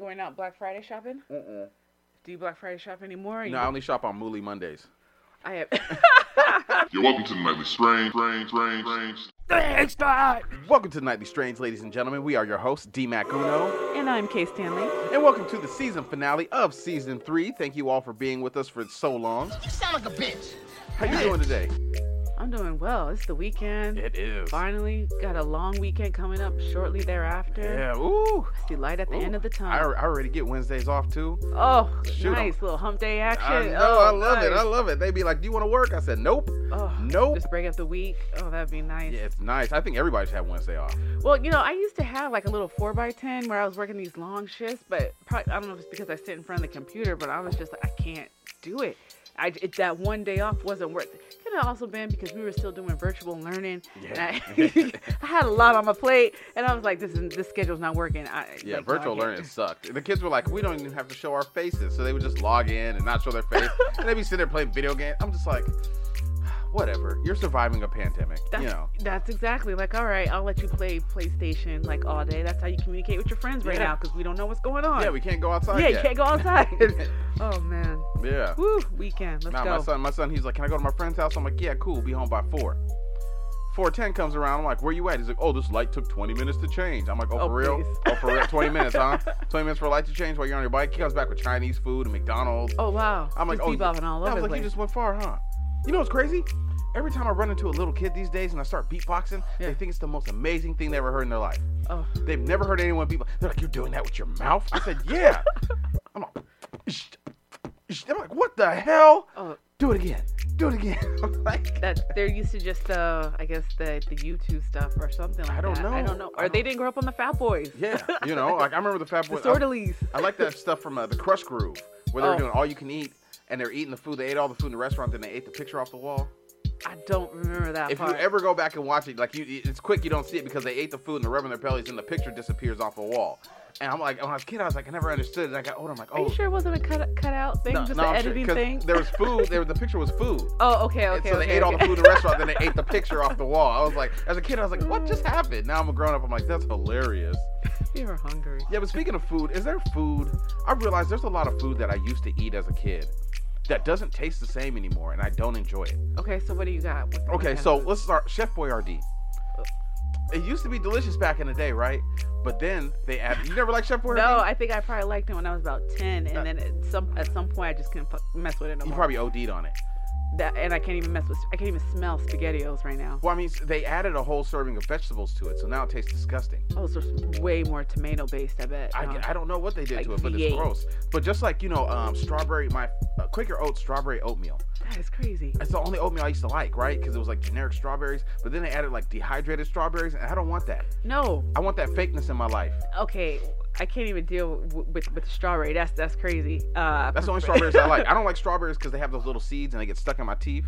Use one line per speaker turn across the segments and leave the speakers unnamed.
going out Black Friday shopping?
Mm-mm.
Do you Black Friday shop anymore? or you-
No, I only shop on Mooly Mondays.
I have.
You're welcome to the nightly strange, strange, strange, strange.
Welcome to Nightly Strange, ladies and gentlemen. We are your hosts, D Mac Uno,
and I'm Kay Stanley.
and welcome to the season finale of season three. Thank you all for being with us for so long.
You sound like a bitch.
How you doing today?
I'm doing well. It's the weekend.
is.
Finally, got a long weekend coming up shortly thereafter.
Yeah. Ooh.
See light at the end
Ooh.
of the
I,
tunnel.
I already get Wednesdays off too.
oh,
Shoot 'em.
nice little hump day action.
I know.
oh,
I love it. I
nice.
love it. They be like, "Do you want to work?" I said, "Nope."
Oh,
Nope.
Just break up the week. Oh, that'd be nice.
Yeah, it's nice. I think everybody should have Wednesday off.
Well, you know, I used to have like a little 4x10 where I was working these long shifts, but probably, I don't know if it's because I sit in front of the computer, but I was just like, I can't do it. I, it that one day off wasn't worth it. Could have also been because we were still doing virtual learning.
Yeah.
And I, I had a lot on my plate, and I was like, this is, this schedule's not working. I,
Yeah,
like, no, I
virtual
can't.
learning sucked. The kids were like, "We don't even have to show our faces," so they would just log in and not show their face, and they'd be sitting there playing video games. I'm just like, whatever. You're surviving a pandemic,
That's,
you know.
that's exactly like, all right, I'll let you play PlayStation like all day. That's how you communicate with your friends right
Yeah.
now because we don't know what's going on.
Yeah, we can't go outside.
yeah, you
yet.
can't go outside. oh, man.
Yeah.
Woo, weekend. Let's
Now
go.
my son, my son, he's like, "Can I go to my friend's house?" I'm like, "Yeah, cool. Be home by four. Four ten comes around. I'm like, "Where you at?" He's like, "Oh, this light took 20 minutes to change." I'm like, "Oh,
Oh,
for real?
please.
Oh, for real? 20 minutes, huh? 20 minutes for a light to change while you're on your bike." He comes back with Chinese food and McDonald's.
Oh wow!
I'm like,
just
oh, you-
bebopping all
I
over
was
the
like,
place.
you just went far, huh? You know what's crazy? Every time I run into a little kid these days and I start beatboxing,
Yeah.
they think it's the most amazing thing they ever heard in their life.
oh,
They've never heard anyone beatbox. They're like, you're doing that with your mouth? I said, yeah. I'm like, "Shh, shh." I'm like, what the hell?
oh,
Do it again. Do it again. I'm like,
that they're used to just uh, I guess the the YouTube stuff or something like
I don't
that. I
know.
don't know. Or
I
they
don't-
didn't grow up on the Fat Boys.
yeah, you know, like I remember the Fat
the
Boy.
Sortleys.
I like that stuff from uh, the Crush Groove, where they
Oh.
were doing all you can eat, and they're eating the food. They ate all the food in the restaurant, then they ate the picture off the wall.
I don't remember that
If you
part.
ever go back and watch it, like you, it's quick. You don't see it because they ate the food and they're rubbing their bellies, and the picture disappears off a wall. And I'm like, when I was a kid, I was like, I never understood. And I got older, I'm like,
Are
oh,
you sure it wasn't a cut cut out thing, just an
I'm sure,
editing
'cause
thing?
There was food. There, the picture was food.
oh, okay,
And
okay.
so they
okay,
ate all the
okay.
food in the restaurant, then they ate the picture off the wall. I was like, as a kid, I was like, what just happened? Now I'm a grown up. I'm like, that's hilarious.
we were hungry.
Yeah, but speaking of food, is there food? I realized there's a lot of food that I used to eat as a kid that doesn't taste the same anymore, and I don't enjoy it.
Okay, so what do you got? What's the
Okay,
kind of
so
food?
let's start Chef Boyardee. It used to be delicious back in the day, right? But then they added. You never liked Chef Boyardee?
No, I think I probably liked it when I was about ten, and then at some at some point I just couldn't fu- mess with it no
Uh, you
more.
probably OD'd on it.
that, and I can't even mess with. I can't even smell Spaghettios right now.
Well, I mean, they added a whole serving of vegetables to it, so now it tastes disgusting.
Oh, so it's way more tomato based. I bet.
I,
huh?
I don't know what they did
Uh-huh. Like
to it, but it's
V8.
gross. But just like you know, um, strawberry, my uh, Quaker Oats strawberry oatmeal.
That is crazy.
It's the only oatmeal I used to like, right? Because it was like generic strawberries. But then they added like dehydrated strawberries, and I don't want that.
No.
I want that fakeness in my life.
Okay. I can't even deal w- with with the strawberry. That's that's crazy. Uh,
That's the only
prefer-
strawberries I like. I don't like strawberries because they have those little seeds and they get stuck in my teeth.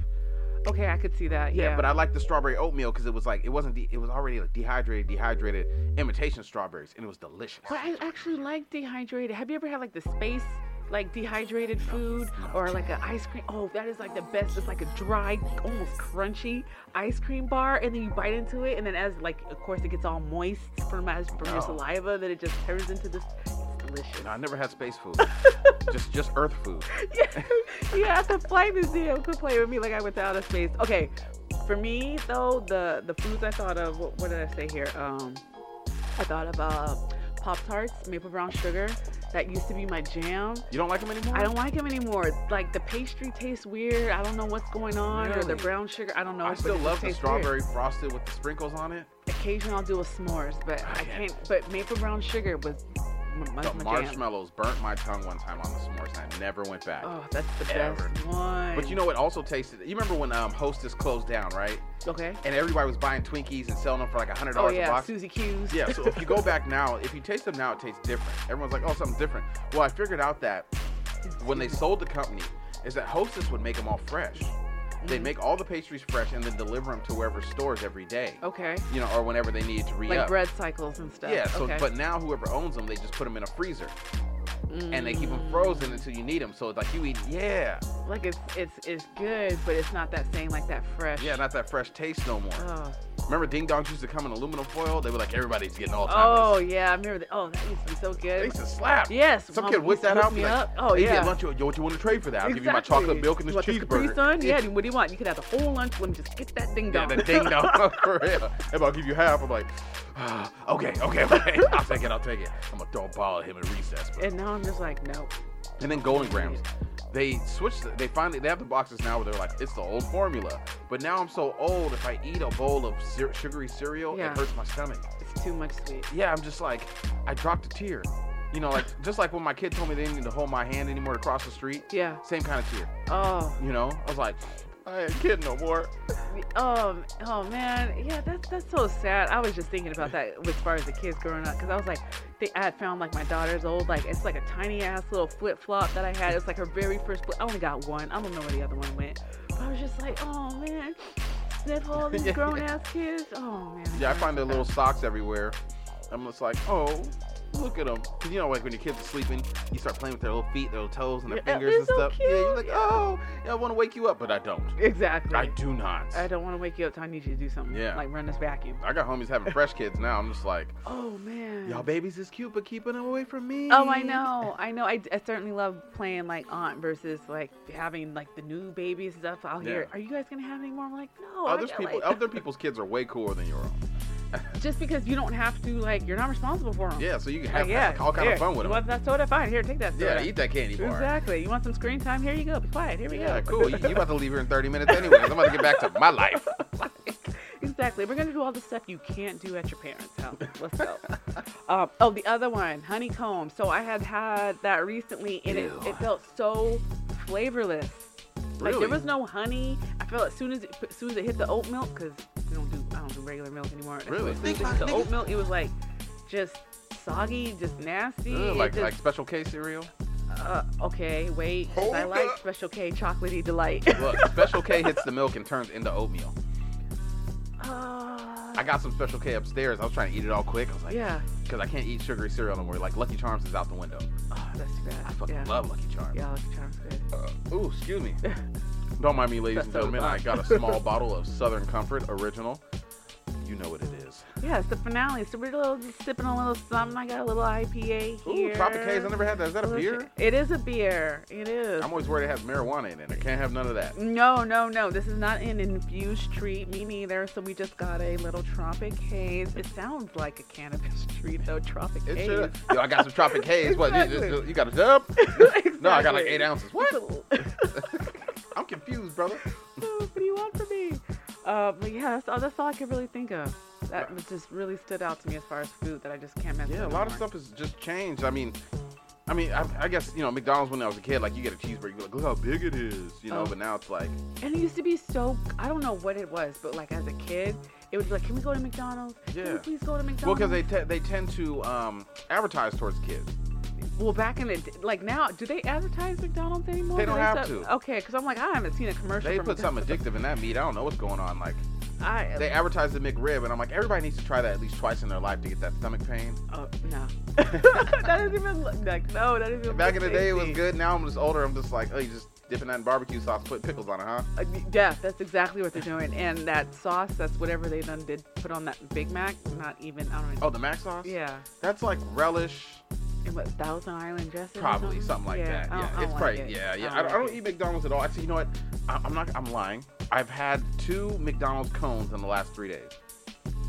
okay, I could see that.
Yeah,
Yeah,
but I liked the strawberry oatmeal because it was like it wasn't de- it was already like dehydrated, dehydrated imitation strawberries, and it was delicious.
Well, I actually like dehydrated. Have you ever had like the space? Like dehydrated food or like an ice cream. Oh, that is like the best. It's like a dry, almost crunchy ice cream bar, and then you bite into it, and then as like, of course, it gets all moist from my, from your
No.
saliva. Then it just turns into this. It's delicious.
No, I never had space food, just just Earth food.
yeah, yeah, at the flight museum. Could play with me like I went to outer space. Okay, for me though, the the foods I thought of. What, what did I say here? Um, I thought of uh, pop tarts, maple brown sugar. That used to be my jam.
You don't like them anymore?
I don't like them anymore. Like the pastry tastes weird. I don't know what's going on, or the
Really?
brown sugar. I don't know.
I
but
still
it just
love the
tastes weird.
strawberry frosted with the sprinkles on it.
Occasionally I'll do a s'mores, but I
can't-
can't. But maple brown sugar was m- my,
The
my jam.
marshmallows burnt my tongue one time on the s'mores, and I never went back.
Oh, that's the
Ever.
best one.
But you know what also tasted? You remember when um, Hostess closed down, right?
okay.
And everybody was buying Twinkies and selling them for like a hundred
Oh
dollars a
yeah,
box.
Susie Q's.
Yeah, so if you go back now, if you taste them now, it tastes different. Everyone's like, oh, something different. Well, I figured out that when they sold the company, is that Hostess would make them all fresh.
Mm-hmm.
They'd make all the pastries fresh and then deliver them to whoever stores every day.
Okay.
You know, or whenever they needed to re
Like
up.
bread cycles and stuff.
Yeah, so,
okay.
but now whoever owns them, they just put them in a freezer. And they keep
Mm.
them frozen until you need them. So it's like you eat, yeah,
like it's it's it's good, but it's not that same like that fresh.
yeah, not that fresh taste no more.
Oh,
Remember, ding dongs used to come in aluminum foil. They were like, everybody's getting all
Oh
timers.
yeah, I remember that. Oh, that used to be so
They
good.
used to slap.
Yes,
Some
Mom
kid whipped
used to
that
hook
out. and
me
be like,
up. Oh,
"Hey,
yeah.
lunch. Yo, what you want to trade for that? I'll give you my
Exactly.
chocolate milk and this
you want The Capri
cheeseburger.
Sun? Yeah.
Yeah,
What do you want? You could have the whole lunch one. Just get that ding
yeah
dong.
the ding dong for real. If I'll give you half, I'm like, ah, okay, okay, okay. I'll take it. I'll take it. I'm gonna throw a ball at him at recess. But
and now I'm just like, no.
And then Golden Grams. They switched. the- They finally they have the boxes now where they're like it's the old formula. But now I'm so old. If I eat a bowl of cer- sugary cereal,
Yeah.
it hurts my stomach.
It's too much sweet.
Yeah, I'm just like I dropped a tear. You know, like just like when my kid told me they didn't need to hold my hand anymore to cross the street.
Yeah.
Same kind of tear.
Oh.
You know, I was like, I ain't kid no more.
Um. Oh man. Yeah. That's that's so sad. I was just thinking about that as far as the kids growing up, because I was like, they, I had found like my daughter's old like it's like a tiny ass little flip flop that I had. It's like her very first. Flip, I only got one. I don't know where the other one went. But I was just like, oh man. That's all these
Yeah,
grown ass kids. Oh man.
Yeah, I
growing
find their
up
little
fast.
socks everywhere. I'm just like, oh, look at them. Cause you know, like when your kids are sleeping, you start playing with their little feet, their little toes, and their
Yeah,
fingers
they're
and
so
stuff. Yeah, you're
cute.
like, oh, yeah, I want to wake you up, but I don't.
Exactly.
I do not.
I don't want to wake you up. So I need you to do something.
Yeah.
Like run this vacuum.
I got homies having fresh kids now. I'm just like,
Oh man.
y'all babies is cute, but keeping them away from me.
Oh, I know, I know. I, I certainly love playing like aunt versus like having like the new babies and stuff. I'll hear,
Yeah.
are you guys gonna have any more? I'm like, no. I
Other
got,
people,
like-
other people's kids are way cooler than your own.
just because you don't have to, like, you're not responsible for them.
Yeah, so you can
Like,
have
yeah.
all kind
here,
of fun with
You
them.
want that soda? Fine. Here, take that soda.
Yeah, eat that candy bar.
Exactly. You want some screen time? Here you go. Be quiet. Here we
Yeah,
go.
cool. You, you about to leave here in 30 minutes anyway. I'm about to get back to my life.
Exactly. We're gonna do all the stuff you can't do at your parents' house. Let's go. um, oh, the other one, honeycomb. So I had had that recently, and it,
Ew.
it felt so flavorless. Like
Really?
there was no honey. I felt as soon as it, as soon as it hit the oat milk, because we don't do I don't do regular milk anymore.
Really?
As soon as it hit the oat milk, it was like just soggy, just nasty.
Ugh,
It
like
just-
like special K cereal.
uh, okay, wait. 'cause I
Hold
like
up.
Special K chocolatey delight.
Look, special K hits the milk and turns into oatmeal.
Uh,
I got some special K upstairs. I was trying to eat it all quick. I was like,
yeah.
because I can't eat sugary cereal no more. Like Lucky Charms is out the window.
Oh, that's too bad.
I fucking
yeah.
love Lucky Charms.
Yeah, Lucky Charms good.
Uh, ooh, excuse me. Don't mind me, ladies
That's
and
so
gentlemen. I
fun.
got a small bottle of Southern Comfort Original. You know what it is.
Yeah, it's the finale. So we're a little, just sipping a little something. I got a little IPA
Ooh,
here.
Tropicase. I never had that. Is that a
Little
beer?
shit. It is a beer. It is.
I'm always worried it has marijuana in it. I can't have none of that.
no, no, no. This is not an infused treat. Me neither. So we just got a little Tropic Haze. It sounds like a cannabis treat, though. Tropic
It
Haze.
should. Yo, I got some Tropic Haze. What? You,
Exactly.
you got a dub? No, I got like
Exactly.
eight ounces. What?
It's a-
I'm confused, brother.
what do you want from me? Uh, but yeah, that's all, that's all I could really think of. That was just really stood out to me as far as food that I just can't mess with.
Uh, Yeah, a
no
lot of
more.
stuff has just changed. I mean, I mean, I, I guess you know McDonald's when I was a kid, like you get a cheeseburger, you're like, look how big it is, you know.
Oh.
But now it's like,
And it used to be so, I don't know what it was, but like as a kid, it would be like, can we go to McDonald's? Can
Yeah.
we please go to McDonald's?
well, because they te- they tend to um, advertise towards kids.
Well, back in the, d- like now, do they advertise McDonald's anymore?
They
Do
don't have
sell-
to.
Okay, because I'm like, I haven't seen a commercial
They
for
put something
McDonald's.
addictive in that meat. I don't know what's going on. Like
I, uh,
they advertise the McRib, and I'm like, everybody needs to try that at least twice in their life to get that stomach pain.
oh, no. that doesn't even look, like, no, that doesn't even
Back in
look
the day, it was
tasty.
good. Now I'm just older. I'm just like, oh, you just dipping that in barbecue sauce, put pickles on it, huh?
Uh, yeah, that's exactly what they're doing. And that sauce, that's whatever they done did put on that Big Mac. Not even, I don't even,
Oh, the mac sauce.
yeah.
that's like relish.
And what, Thousand Island dressing? or
Probably something like
Yeah,
that.
I
Yeah,
don't- I
it's
don't
probably
like it. I
yeah, yeah. I don't,
don't
I
like
don't
it.
eat McDonald's at all. Actually, you know what? I, I'm not. I'm lying. I've had two McDonald's cones in the last three days.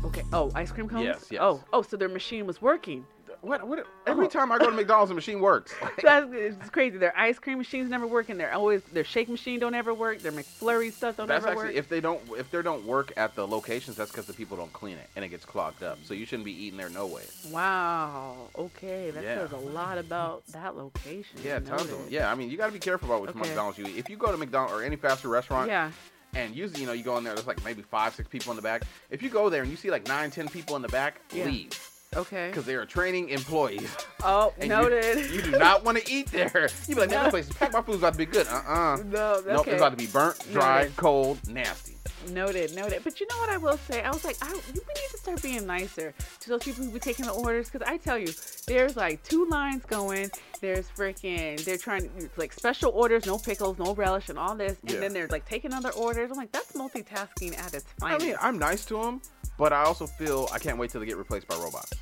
Okay. Oh, ice cream cones.
Yes, yes.
Oh, oh, so their machine was working.
What? What? Every
Oh.
time I go to McDonald's, the machine works.
That's it's crazy. Their ice cream machines never working. Their always their shake machine don't ever work. Their McFlurry stuff don't
That's
ever
actually
work.
if they don't if they don't work at the locations, that's because the people don't clean it and it gets clogged up. So you shouldn't be eating there no way.
wow. Okay, that
Yeah.
says a lot about that location.
Yeah, tons of them.
Noted.
Yeah, I mean you got to be careful about which
Okay.
McDonald's you eat. If you go to McDonald's or any fast food restaurant,
Yeah.
and usually you know you go in there, there's like maybe five six people in the back. If you go there and you see like nine ten people in the back,
Yeah.
leave
Okay.
because they are training employees.
Oh,
And you-
noted.
You, do not want to eat there. You be like, man, this place is packed. My food's about to be good. Uh uh
no. Okay.
Nope, it's about to be burnt, dry,
Noted.
cold, nasty.
Noted, noted. But you know what I will say? I was like, I, we need to start being nicer to those people who be taking the orders. Because I tell you, there's like two lines going. There's freaking, they're trying, it's like special orders, no pickles, no relish, and all this. And
Yeah. Oh,
then they're like taking other orders. I'm like, that's multitasking at its
I
finest.
mean, I'm nice to them, But I also feel I can't wait till they get replaced by robots.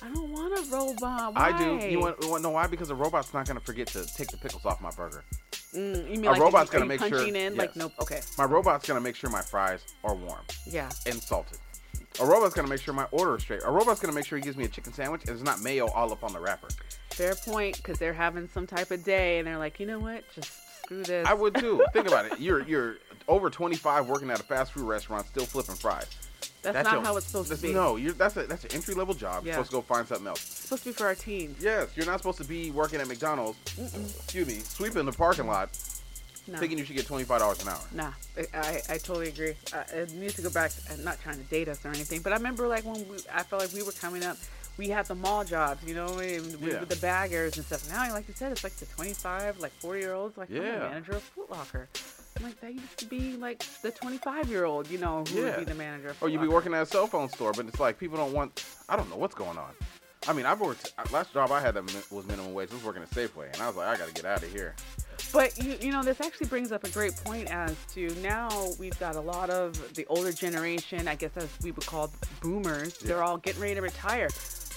I don't want a robot. Why?
I do. You want, you want to know why? Because a robot's not going to forget to take the pickles off my burger.
Mm, you mean
a
like,
robot's
are
gonna
you
make sure-
punching in? Like,
yes.
nope. Okay.
My robot's going to make sure my fries are warm
Yeah.
and salted. A robot's going to make sure my order is straight. A robot's going to make sure he gives me a chicken sandwich and there's not mayo all up on the wrapper.
Fair point. Because they're having some type of day, and they're like, you know what? Just screw this.
I would too. Think about it. You're you're over 25 working at a fast food restaurant still flipping fries.
That's, not
your-
how it's supposed to
that's-
be.
No, you're that's a that's an entry level job.
Yeah.
You're supposed to go find something else.
It's supposed to be for our teens.
Yes, you're not supposed to be working at McDonald's. Excuse me, sweeping the parking lot,
No.
thinking you should get twenty five dollars an hour.
Nah, I- I, I totally agree. I, I need to go back. I'm not trying to date us or anything, but I remember like when we, I felt like we were coming up, we had the mall jobs, you know, and we,
Yeah.
with the baggers and stuff. Now, like you said, it's like the 25, like 40 year olds, like I'm the
Yeah.
manager of Foot Locker. I'm like that used to be like the 25 year old, you know, who
Yeah.
would be the manager. Of Foot
Or you'd be
Locker.
working at a cell phone store, but it's like people don't want. I don't know what's going on. I mean, I've worked. Last job I had that mi- was minimum wage. I was working at Safeway, and I was like, I got to get out of here.
But you, you know, this actually brings up a great point as to now we've got a lot of the older generation, I guess as we would call boomers, they're
Yeah.
all getting ready to retire,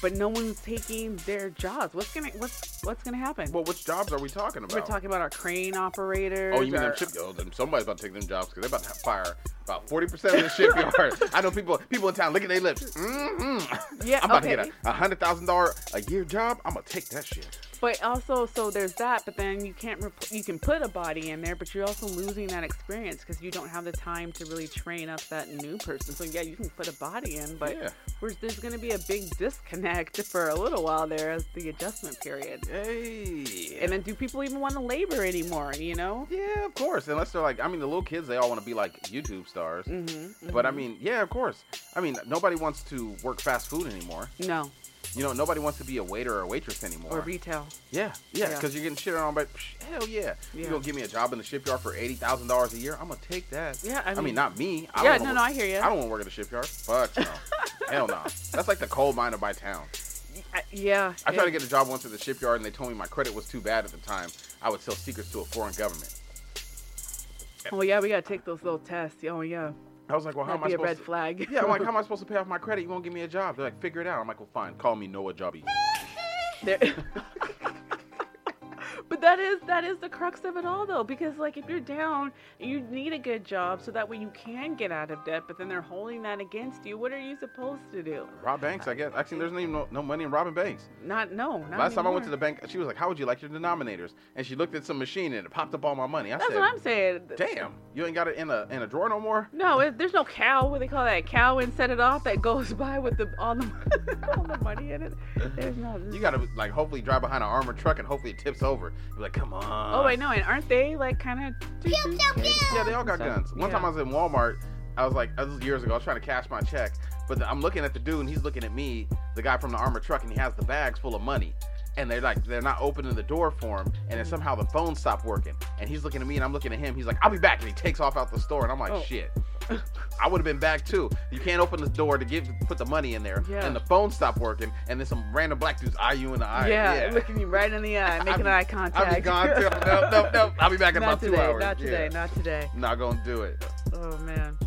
but no one's taking their jobs. What's gonna what's what's gonna happen?
Well, which jobs are we talking about?
We're talking about our crane operators.
Oh, you mean
our,
them ship? Oh, then somebody's about to take them jobs because they're about to fire about forty percent of the shipyard. I know people people in town licking their lips. Mm-hmm.
Yeah,
I'm about to
okay.
get a- a hundred thousand dollar a year job. I'm gonna take that shit.
But also, so there's that. But then you can't repl- you can put a body in there, but you're also losing that experience because you don't have the time to really train up that new person. So yeah, you can put a body in, but
Yeah.
we're, there's going to be a big disconnect for a little while there as the adjustment period.
Hey.
And then, do people even want to labor anymore? You know?
yeah, of course. Unless they're like, I mean, the little kids, they all want to be like YouTube stars.
Mm-hmm,
But I mean, yeah, of course. I mean, nobody wants to work fast food anymore.
No,
You know, nobody wants to be a waiter or a waitress anymore.
or retail.
Yeah, yeah,
Yeah.
because you're getting shit on by psh, hell yeah.
Yeah.
You gonna give me a job in the shipyard for eighty thousand dollars a year? I'm gonna take that.
Yeah, I
I mean,
mean-
not me. I
Yeah,
don't wanna
no, no,
work-
I hear ya.
I don't want to work at a shipyard. Fuck no, hell no. That's like the coal miner by town.
I, yeah.
I tried
yeah.
to get a job once at the shipyard, and they told me my credit was too bad at the time. I would sell secrets to a foreign government.
Oh yeah, we gotta take those little tests. Oh yeah,
I was like, well, how
that'd
am I
be a
supposed
red
to?
flag.
Yeah, I'm like, how am I supposed to pay off my credit? You won't give me a job. They're like, figure it out. I'm like, well, fine. Call me Noah Jobby.
There- but that is that is the crux of it all though because like if you're down you need a good job so that way you can get out of debt but then they're holding that against you what are you supposed to do
Rob Banks, I guess. Actually, there's not even no, no money in robbing banks.
not no not
Last time I went to the
anymore.
bank, she was like, "How would you like your denominators?" And she looked at some machine and it popped up all my money. I
that's
said,
what i'm saying
"Damn, you ain't got it in a in a drawer no more."
no it, there's no cow what they call that cow and set it off that goes by with the all the, all the money in it there's no
You gotta like hopefully drive behind an armored truck and hopefully it tips over. You're like, "Come on."
oh wait no and aren't they like kind of
Yeah, they all got guns. One
Yeah.
time I was in Walmart. I was like, this was years ago. I was trying to cash my check, but the- I'm looking at the dude and he's looking at me, the guy from the armored truck, and he has the bags full of money. And they're like, they're not opening the door for him. And then somehow the phone stopped working. And he's looking at me and I'm looking at him. He's like, I'll be back. And he takes off out the store. And I'm like,
Oh.
shit. I would have been back too. You can't open the door to give put the money in there.
Yeah.
And the phone stopped working. And then some random black dude's eye you in the eye.
yeah, looking you right in the eye making eye contact
I'll be gone too. No, no, no. I'll be back in
not
about
today,
two hours.
not today,
Yeah.
not today.
Not gonna do it.
Oh man.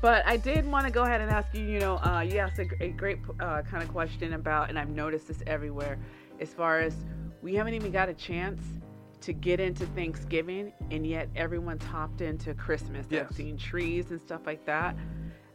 But I did want to go ahead and ask you. You know, uh, you asked a, gr- a great uh, kind of question about, and I've noticed this everywhere. As far as we haven't even got a chance to get into Thanksgiving, and yet everyone's hopped into Christmas.
Yes.
I've seen trees and stuff like that.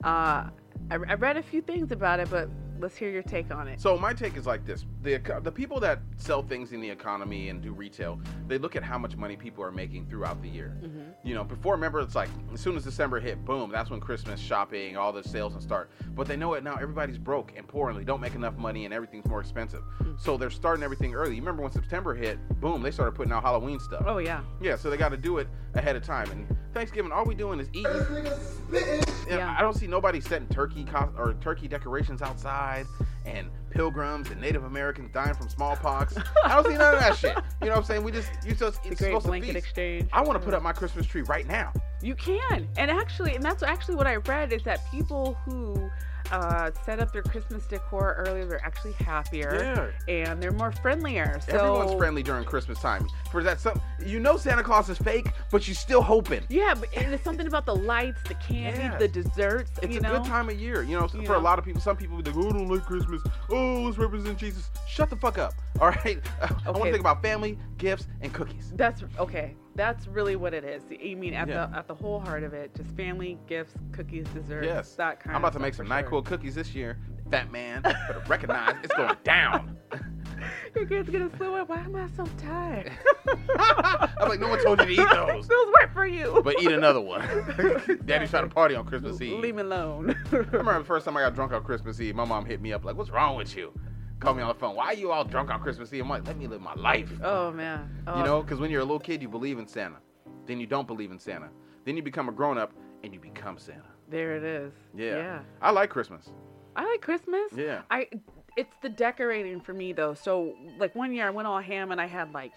Uh, I, I read a few things about it, but let's hear your take on it.
So my take is like this: the eco- the people that sell things in the economy and do retail, they look at how much money people are making throughout the year. You know, before remember, it's like as soon as December hit, boom, that's when Christmas shopping, all the sales and start. But they know it now. Everybody's broke and poor, and they don't make enough money, and everything's more expensive. So they're starting everything early. You remember when September hit? Boom, they started putting out Halloween stuff.
Oh yeah,
Yeah, so they got to do it ahead of time. And Thanksgiving, all we doing is eating. And
Yeah.
I don't see nobody setting turkey co- or turkey decorations outside, and pilgrims and Native Americans dying from smallpox. I don't see none of that shit. You know what I'm saying? We just you just
the
it's
great
supposed to
blanket
feast.
exchange.
I want to put up my Christmas tree right now.
You can, and actually, and that's actually what I read is that people who uh, set up their Christmas decor earlier. They're actually happier and they're more friendlier. So
Everyone's friendly during Christmas time. For that, some you know Santa Claus is fake, but you're still hoping.
Yeah, but and it's something about the lights, the candy,
Yeah.
the desserts.
It's
you
a
know?
good time of year, you know. so
You
for a
know.
lot of people, some people be like, "Oh, I don't like Christmas. Oh, let's represent Jesus." Shut the fuck up. All right. I want to
Okay.
think about family, gifts, and cookies.
That's okay. That's really what it is. I mean, at
Yeah.
the at the whole heart of it, just family, gifts, cookies, desserts,
Yes.
that kind.
I'm about
of
to make some
stuff
Nyquil
for
cookies this year. Fat man, better recognize it's going down.
sure. Your kid's gonna slow up. Why am I so tired?
I'm like, no one told you to eat those,
those were for you.
but eat another one. Daddy's trying to party on Christmas Eve.
Leave me alone.
I remember the first time I got drunk on Christmas Eve, my mom hit me up like, "What's wrong with you?" Called me on the phone. Why are you all drunk on Christmas Eve? I'm like, "Let me live my life."
oh man. Oh,
You know, because when you're a little kid, you believe in Santa. Then you don't believe in Santa. Then you become a grown up and you become Santa.
There it is.
Yeah.
Yeah.
I like Christmas.
I like Christmas.
Yeah.
I it's the decorating for me though. So like one year I went all ham and I had like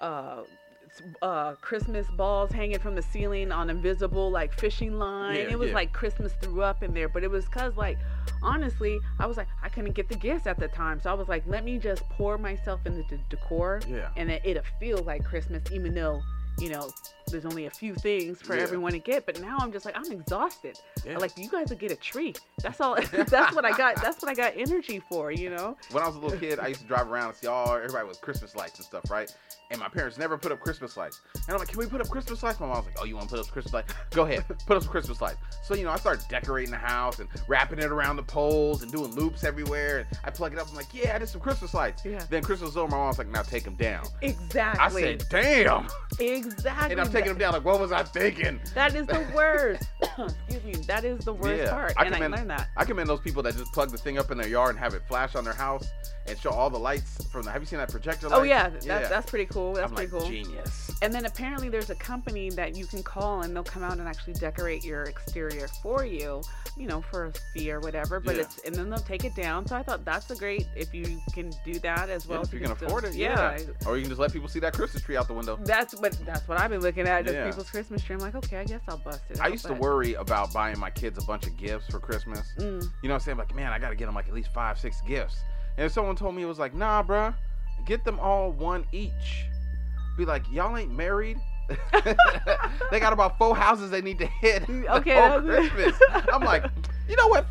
uh s- uh Christmas balls hanging from the ceiling on invisible like fishing line.
Yeah,
it was
yeah.
like Christmas threw up in there, but it was cuz like honestly, I was like I couldn't get the gifts at the time. So I was like let me just pour myself into the decor
Yeah.
and it, it'll feel like Christmas even though you know, there's only a few things for
Yeah.
everyone to get, but now I'm just like I'm exhausted.
Yeah.
Like you guys will get a tree. That's all. that's what I got. That's what I got energy for. You know.
When I was a little kid, I used to drive around and see all everybody with Christmas lights and stuff, right? And my parents never put up Christmas lights. And I'm like, can we put up Christmas lights? My mom's like, oh, you want to put up Christmas lights? Go ahead, put up some Christmas lights. So, you know, I started decorating the house and wrapping it around the poles and doing loops everywhere. And I plug it up. I'm like, yeah, I did some Christmas lights.
Yeah.
Then Christmas was over. My mom's like, now take them down. I
Exactly.
said, damn.
exactly.
And I'm taking them down. Like, what was I thinking?
That is the worst. Excuse me. That is the worst
Yeah,
part,
I
and I
commend-
learned that.
I commend those people that just plug the thing up in their yard and have it flash on their house and show all the lights from the. Have you seen that projector light?
oh yeah, that, that's pretty cool. That's
I'm
pretty
like,
cool.
Genius.
And then apparently there's a company that you can call and they'll come out and actually decorate your exterior for you, you know, for a fee or whatever. But
Yeah.
it's and then they'll take it down. So I thought that's a great if you can do that as well.
Yeah, if you can
still-
afford it, yeah.
yeah. Mm,
Or you can just let people see that Christmas tree out the window.
That's what that's what I've been looking at. Just
Yeah.
people's Christmas tree. I'm like, okay, I guess I'll bust it.
I
out,
used to
but-
worry about buying my kids a bunch of gifts for Christmas.
Mm.
You know what I'm saying? Like, man, I gotta get them like at least five, six gifts. And if someone told me it was like, nah, bruh, get them all one each. Be like, y'all ain't married. they got about four houses they need to hit.
Okay,
before
that's-
Christmas. I'm like, you know what?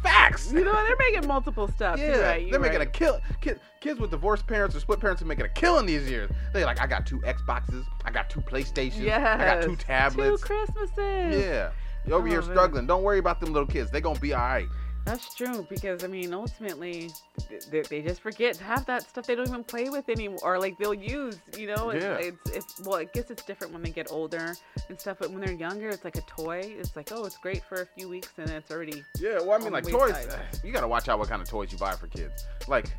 Facts.
You know, they're making multiple stuff.
Yeah,
You're right. you're
they're making
right.
a kill. Kid, kids with divorced parents or split parents are making a killing these years. They're like, I got two Xboxes, I got two PlayStations,
Yes.
I got two tablets.
Two Christmases.
yeah, you're over
Oh,
here
man.
struggling. Don't worry about them little kids. They gonna be all right.
That's true because I mean, ultimately, th- th- they just forget to have that stuff. They don't even play with anymore, or like they'll use. You know, it's,
Yeah.
it's it's well, I guess it's different when they get older and stuff. But when they're younger, it's like a toy. It's like, oh, it's great for a few weeks, and it's already
Yeah, well, I mean,
On
like
the
toys.
wayside.
You gotta watch out what kind of toys you buy for kids. Like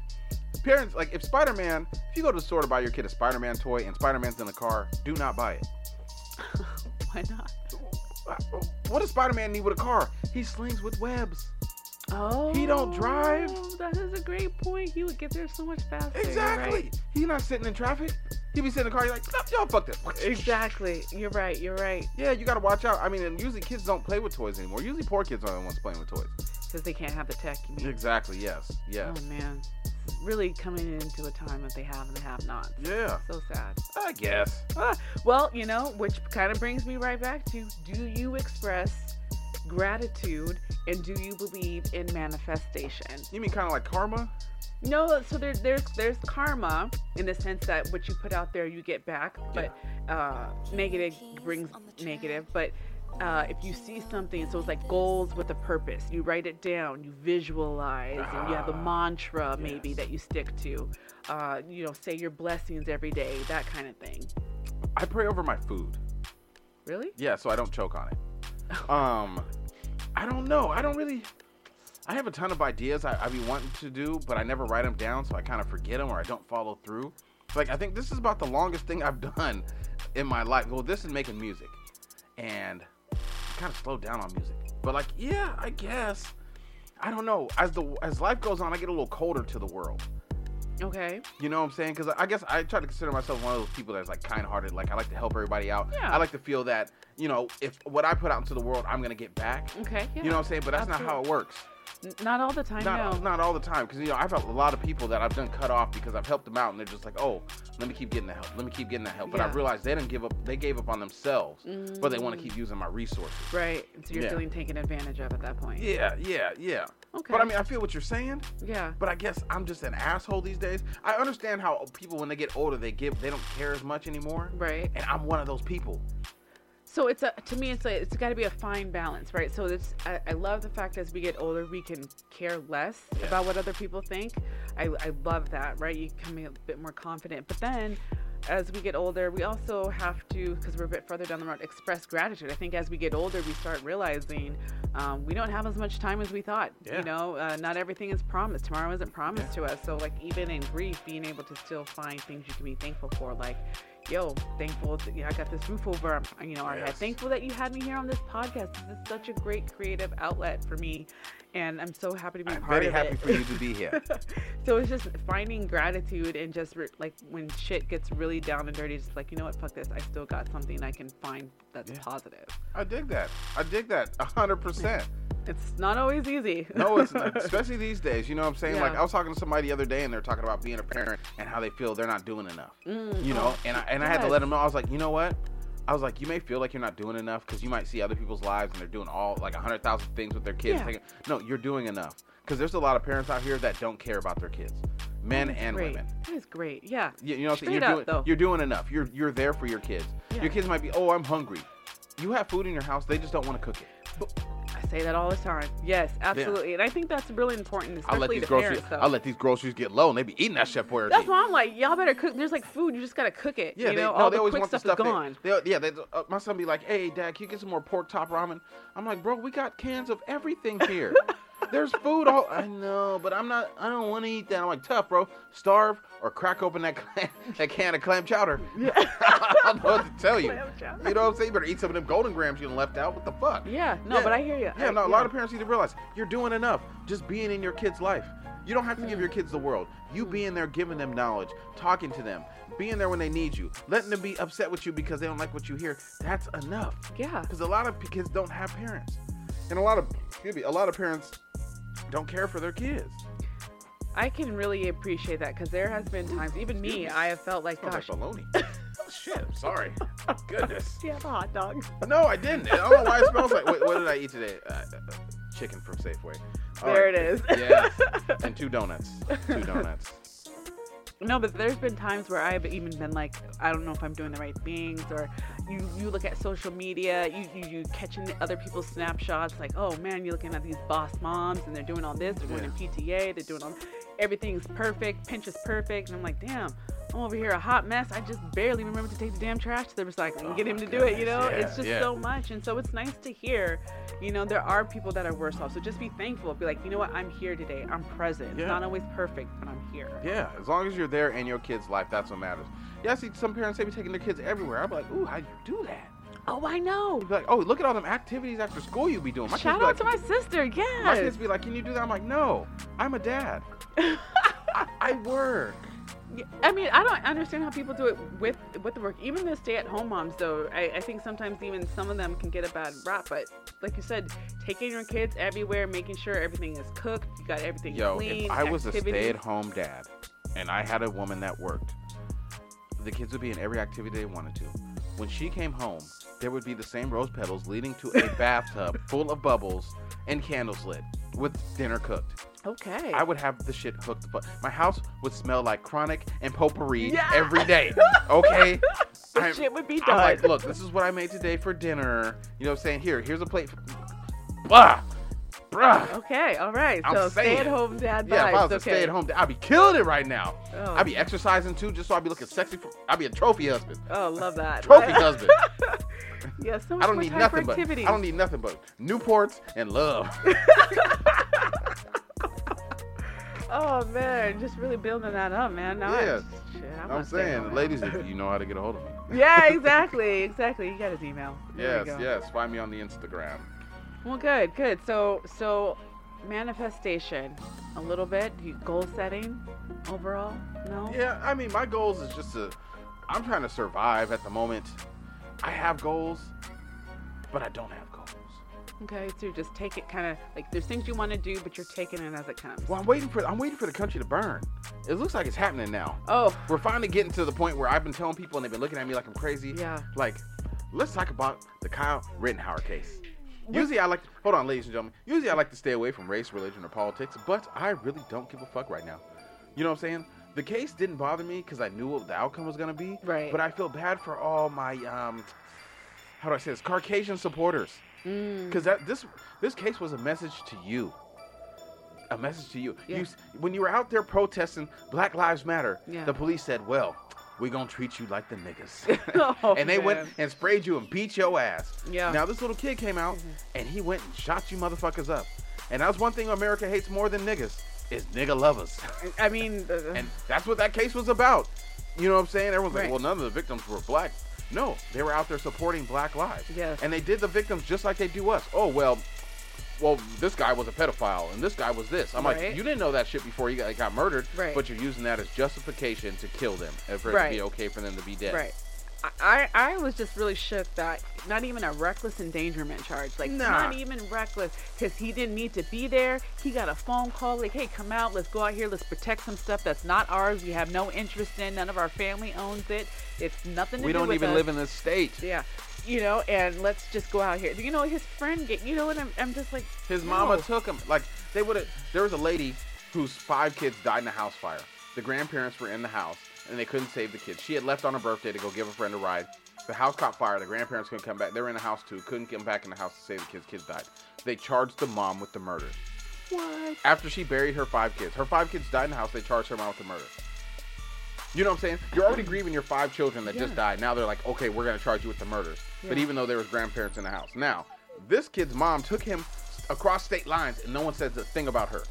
parents, like if Spider Man, if you go to the store to buy your kid a Spider Man toy and Spider Man's in the car, do not buy it.
why not?
What does Spider Man need with a car? He slings with webs.
Oh,
He don't drive.
That is a great point. He would get there so much faster. You're
Exactly.
right.
He not sitting in traffic. He be sitting in the car. You're like, "Nope, y'all fuck this.
Exactly. You're right. You're right.
Yeah, you gotta watch out. I mean, and usually kids don't play with toys anymore. Usually poor kids are the ones playing with toys.
Because they can't have the tech. You mean?
Exactly. Yes. Yes.
Oh man, It's really coming into a time that they have and they have not.
Yeah.
So sad.
I guess.
Ah, well, you know, which kind of brings me right back to: Do you express gratitude and do you believe in manifestation?
You mean kind of like karma?
No, so there, there's there's karma in the sense that what you put out there you get back, but uh, negative brings negative. But uh, if you see something, so it's like goals with a purpose. You write it down, you visualize, and you have a
Ah,
mantra maybe
yes.
that you stick to. Uh, you know, say your blessings every day, that kind of thing.
I pray over my food.
Really?
Yeah, so I don't choke on it. Um, I don't know. I don't really. I have a ton of ideas I, I be wanting to do, but I never write them down, so I kind of forget them or I don't follow through. Like I think this is about the longest thing I've done in my life. Well, this is making music, and kind of slowed down on music. But like, yeah, I guess. I don't know. As the as life goes on, I get a little colder to the world.
Okay.
You know what I'm saying? Because I guess I try to consider myself one of those people that's like kind-hearted. Like I like to help everybody out.
Yeah.
I like to feel that you know if what I put out into the world, I'm gonna get back.
Okay. Mm, Yeah.
You know what I'm saying? But that's not how it works.
N- Not all the time,
not,
no.
not all the time because you know I've had a lot of people that I've done cut off because I've helped them out and they're just like oh let me keep getting the help let me keep getting the help but I
Yeah. Mm.
realized they didn't give up they gave up on themselves but they want to keep using my resources
Right. So you're
Yeah.
feeling taken advantage of at that point.
yeah yeah yeah
Okay.
but I mean I feel what you're saying
Yeah.
but I guess I'm just an asshole these days I understand how people when they get older they give they don't care as much anymore
Right.
and I'm one of those people
So it's a to me it's a, it's got to be a fine balance, right? So it's I, I love the fact as we get older we can care less
Yeah.
about what other people think. I, I love that, right? You become a bit more confident, but then as we get older we also have to because we're a bit further down the road express gratitude i think as we get older we start realizing um, we don't have as much time as we thought
Yeah.
you know uh, not everything is promised tomorrow isn't promised to us so like even in grief being able to still find things you can be thankful for like yo thankful that, you know, i got this roof over I'm- you know i'm
Yes.
thankful that you had me here on this podcast this is such a great creative outlet for me and i'm so happy to be
I'm
part
very
of
happy
it
for you to be here
so it's just finding gratitude and just re- like when shit gets really down and dirty, just like you know what, fuck this. I still got something I can find that's
Yeah.
positive.
I dig that I dig that a hundred percent.
It's not always easy.
No, it's not. especially these days. You know what I'm saying?
Yeah.
Like I was talking to somebody the other day, and they're talking about being a parent and how they feel they're not doing enough. you know, and I, and I had to
Mm, oh, yes.
let them know. I was like, you know what? I was like, you may feel like you're not doing enough because you might see other people's lives and they're doing all like hundred thousand things with their kids.
Yeah.
Thinking, no, you're doing enough because there's a lot of parents out here that don't care about their kids, men and
great.
women.
That is great. Yeah.
You, you know what I'm saying?
Straight
You're
up,
doing,
though.
you're doing enough. You're you're there for your kids.
Yeah.
Your kids might be, oh, I'm hungry. You have food in your house. They just don't want to cook it.
I say that all the time. Yes, absolutely. And I think that's really important,
I
especially
let these
to
groceries.
parents. Though.
I let these groceries get low, and they be eating that chef boyardee.
that's why I'm like, y'all better cook. There's like food. You just gotta cook it.
Yeah,
you
they,
know,
no,
all
they
the
always
quick
want the
stuff,
stuff.
is gone.
They, they, yeah, they, uh, my son be like, "Hey, Dad, can you get some more pork top ramen?" I'm like, "Bro, we got cans of everything here. There's food all. I know, but I'm not. I don't want to eat that. I'm like, tough, bro. Starve or crack open that clam, that can of clam chowder. I don't know what to tell you.
Clam chowder.
You know what I'm saying? You better eat some of them golden grams you done left out. What the fuck?
Yeah, no, but I hear you.
Yeah,
I-
no, a
yeah.
lot of parents need to realize you're doing enough just being in your kid's life. You don't have to give
Hmm.
your kids the world. You being there, giving them knowledge, talking to them, being there when they need you, letting them be upset with you because they don't like what you hear. That's enough.
Yeah.
Because a lot of p- kids don't have parents, and a lot of excuse me, a lot of parents don't care for their kids.
I can really appreciate that because there has been times, even me, I have felt like,
Sounds like
gosh,
baloney. Shit, I'm sorry. Goodness.
yeah, the hot dog.
No, I didn't. I don't know why it smells like. Wait, what did I eat today? Uh, uh, chicken from Safeway. All
There it is.
Yes. And two donuts. Two donuts.
No, but there's been times where I've even been like, I don't know if I'm doing the right things, or you, you look at social media, you, you you catching the other people's snapshots, like, oh man, you're looking at these boss moms and they're doing all this, they're going in PTA, they're doing all, everything's perfect, Pinch is perfect, and I'm like, damn, I'm over here a hot mess. I just barely remember to take the damn trash to the recycling and get him to do it. You know,
Oh, goodness,
it's just
yeah, yeah.
so much, and so it's nice to hear. You know, there are people that are worse off, so just be thankful. Be like, you know what, I'm here today. I'm present.
Yeah.
It's not always perfect, but I'm here.
Yeah, as long as you're there in your kid's life, that's what matters. Yeah, I see some parents they be taking their kids everywhere. I'm like, ooh, how you do that?
Oh, I know.
Be like, oh, look at all them activities after school you be doing. My
Shout
kids be
out
like,
to my sister.
My
Yes.
kids be like, can you do that? I'm like, no, I'm a dad. I, I work.
Yeah, I mean, I don't understand how people do it with with the work. Even the stay-at-home moms, though, I, I think sometimes even some of them can get a bad rap. But like you said, taking your kids everywhere, making sure everything is cooked, you got everything
Yo,
clean.
if I was a
activities.
stay-at-home dad and I had a woman that worked, the kids would be in every activity they wanted to. When she came home, there would be the same rose petals leading to a bathtub full of bubbles and candles lit with dinner cooked.
okay.
I would have the shit hooked up. My house would smell like chronic and potpourri
Yeah.
every day. Okay?
The shit would be
I'm like,
done.
look, this is what I made today for dinner. You know what I'm saying? Here, here's a plate. Bah! Bruh!
okay. All right.
I'm
so
saying.
stay-at-home dad
Yeah,
vibes.
if I was
okay.
a stay-at-home dad, I'd be killing it right now.
Oh.
I'd be exercising too, just so I'd be looking sexy. For, I'd be a trophy husband.
Oh, love that.
Trophy husband.
Yeah, so much
I don't
more
need
time for
nothing but I
activities.
don't need nothing but Newports and love.
oh man, just really building that up, man. Now
Yeah.
I, shit, I'm,
I'm
a stay-at-home
saying,
dad.
ladies, if you know how to get a hold of me.
Yeah, exactly, exactly. You got his email. There
Yes,
we go.
yes. Find me on the Instagram.
Well, good, good. So, so manifestation, a little bit. You- Goal setting, overall. No.
Yeah, I mean, my goals is just to. I'm trying to survive at the moment. I have goals, but I don't have goals.
Okay, so you just take it kind of like there's things you want to do, but you're taking it as it comes.
Well, I'm waiting for I'm waiting for the country to burn. It looks like it's happening now.
Oh,
We're finally getting to the point where I've been telling people and they've been looking at me like I'm crazy.
Yeah.
Like, let's talk about the Kyle Rittenhauer case. Usually I like hold on, ladies and gentlemen. Usually I like to stay away from race, religion, or politics, but I really don't give a fuck right now. You know what I'm saying? The case didn't bother me because I knew what the outcome was gonna be.
Right.
But I feel bad for all my um how do I say this? Caucasian supporters.
Mm.
Because that this this case was a message to you. A message to you.
Yeah.
You s- when you were out there protesting Black Lives Matter,
Yeah.
the police said, "Well, we're gonna treat you like the niggas," and they went
Oh, man.
and sprayed you and beat your ass.
Yeah. Mm-hmm.
Now this little kid came out and he went and shot you motherfuckers up. And that's one thing America hates more than niggas is nigga lovers.
I mean, uh,
And that's what that case was about. You know what I'm saying? Everyone's
Right.
like, well, none of the victims were black. No, they were out there supporting black lives.
Yes.
And they did the victims just like they do us. Oh, well, well, this guy was a pedophile and this guy was this. I'm
Right.
like, you didn't know that shit before you got, got murdered,
Right.
but you're using that as justification to kill them and for it
Right.
to be okay for them to be dead.
right. I, I I was just really shook that not even a reckless endangerment charge, like
Nah.
not even reckless, because he didn't need to be there. He got a phone call like, "Hey, come out, let's go out here, let's protect some stuff that's not ours. We have no interest in. None of our family owns it. It's nothing to
We
do
don't
with
even
us."
live in this state.
Yeah. You know, and let's just go out here. You know, his friend get you know what I'm I'm just like
His
no.
mama took him. Like they would have. There was a lady whose five kids died in a house fire. The grandparents were in the house and they couldn't save the kids. She had left on her birthday to go give a friend a ride. The house caught fire. The grandparents couldn't come back. They were in the house too. Couldn't come back in the house to save the kids. Kids died. They charged the mom with the murder.
What?
After she buried her five kids, her five kids died in the house. They charged her mom with the murder. You know what I'm saying? You're already grieving your five children that just
Yeah.
died. Now they're like, okay, we're gonna charge you with the murder. But
Yeah.
even though there was grandparents in the house, now this kid's mom took him across state lines, and no one says a thing about her.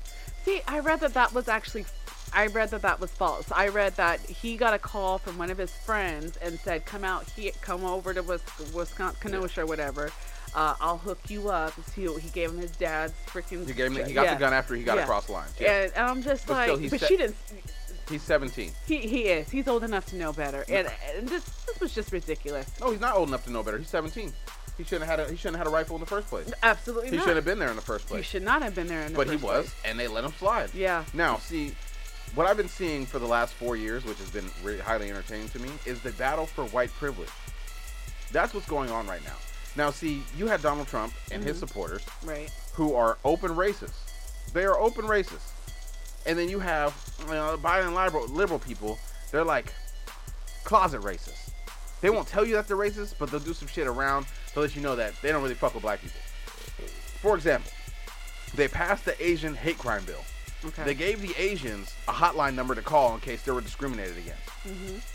See, I read that that was actually, I read that that was false. I read that he got a call from one of his friends and said, "Come out here, come over to Wis- Wisconsin, Kenosha, or whatever. Uh, I'll hook you up." So he, he gave him his dad's freaking.
He gave him. He got
yeah,
the gun after he got
yeah.
across lines. Yeah.
And, and I'm just
But
like,
still, he's
but
set-
she didn't.
He's 17.
He, he is. He's old enough to know better. And, and this this was just ridiculous.
No, he's not old enough to know better. He's 17. He shouldn't have had a. He shouldn't have had a rifle in the first place.
Absolutely
He
not.
shouldn't have been there in the first
He
place.
should not have been there. In the
but he
first
was,
place.
and they let him slide.
Yeah.
Now, see, what I've been seeing for the last four years, which has been re- highly entertaining to me, is the battle for white privilege. That's what's going on right now. Now, see, you had Donald Trump and his
Mm-hmm.
supporters
Right.
who are open racists. They are open racists. And then you have you know, Biden liberal, liberal people. They're like closet racists. They won't tell you that they're racist, but they'll do some shit around to let you know that they don't really fuck with black people. For example, they passed the Asian hate crime bill.
Okay.
They gave the Asians a hotline number to call in case they were discriminated against.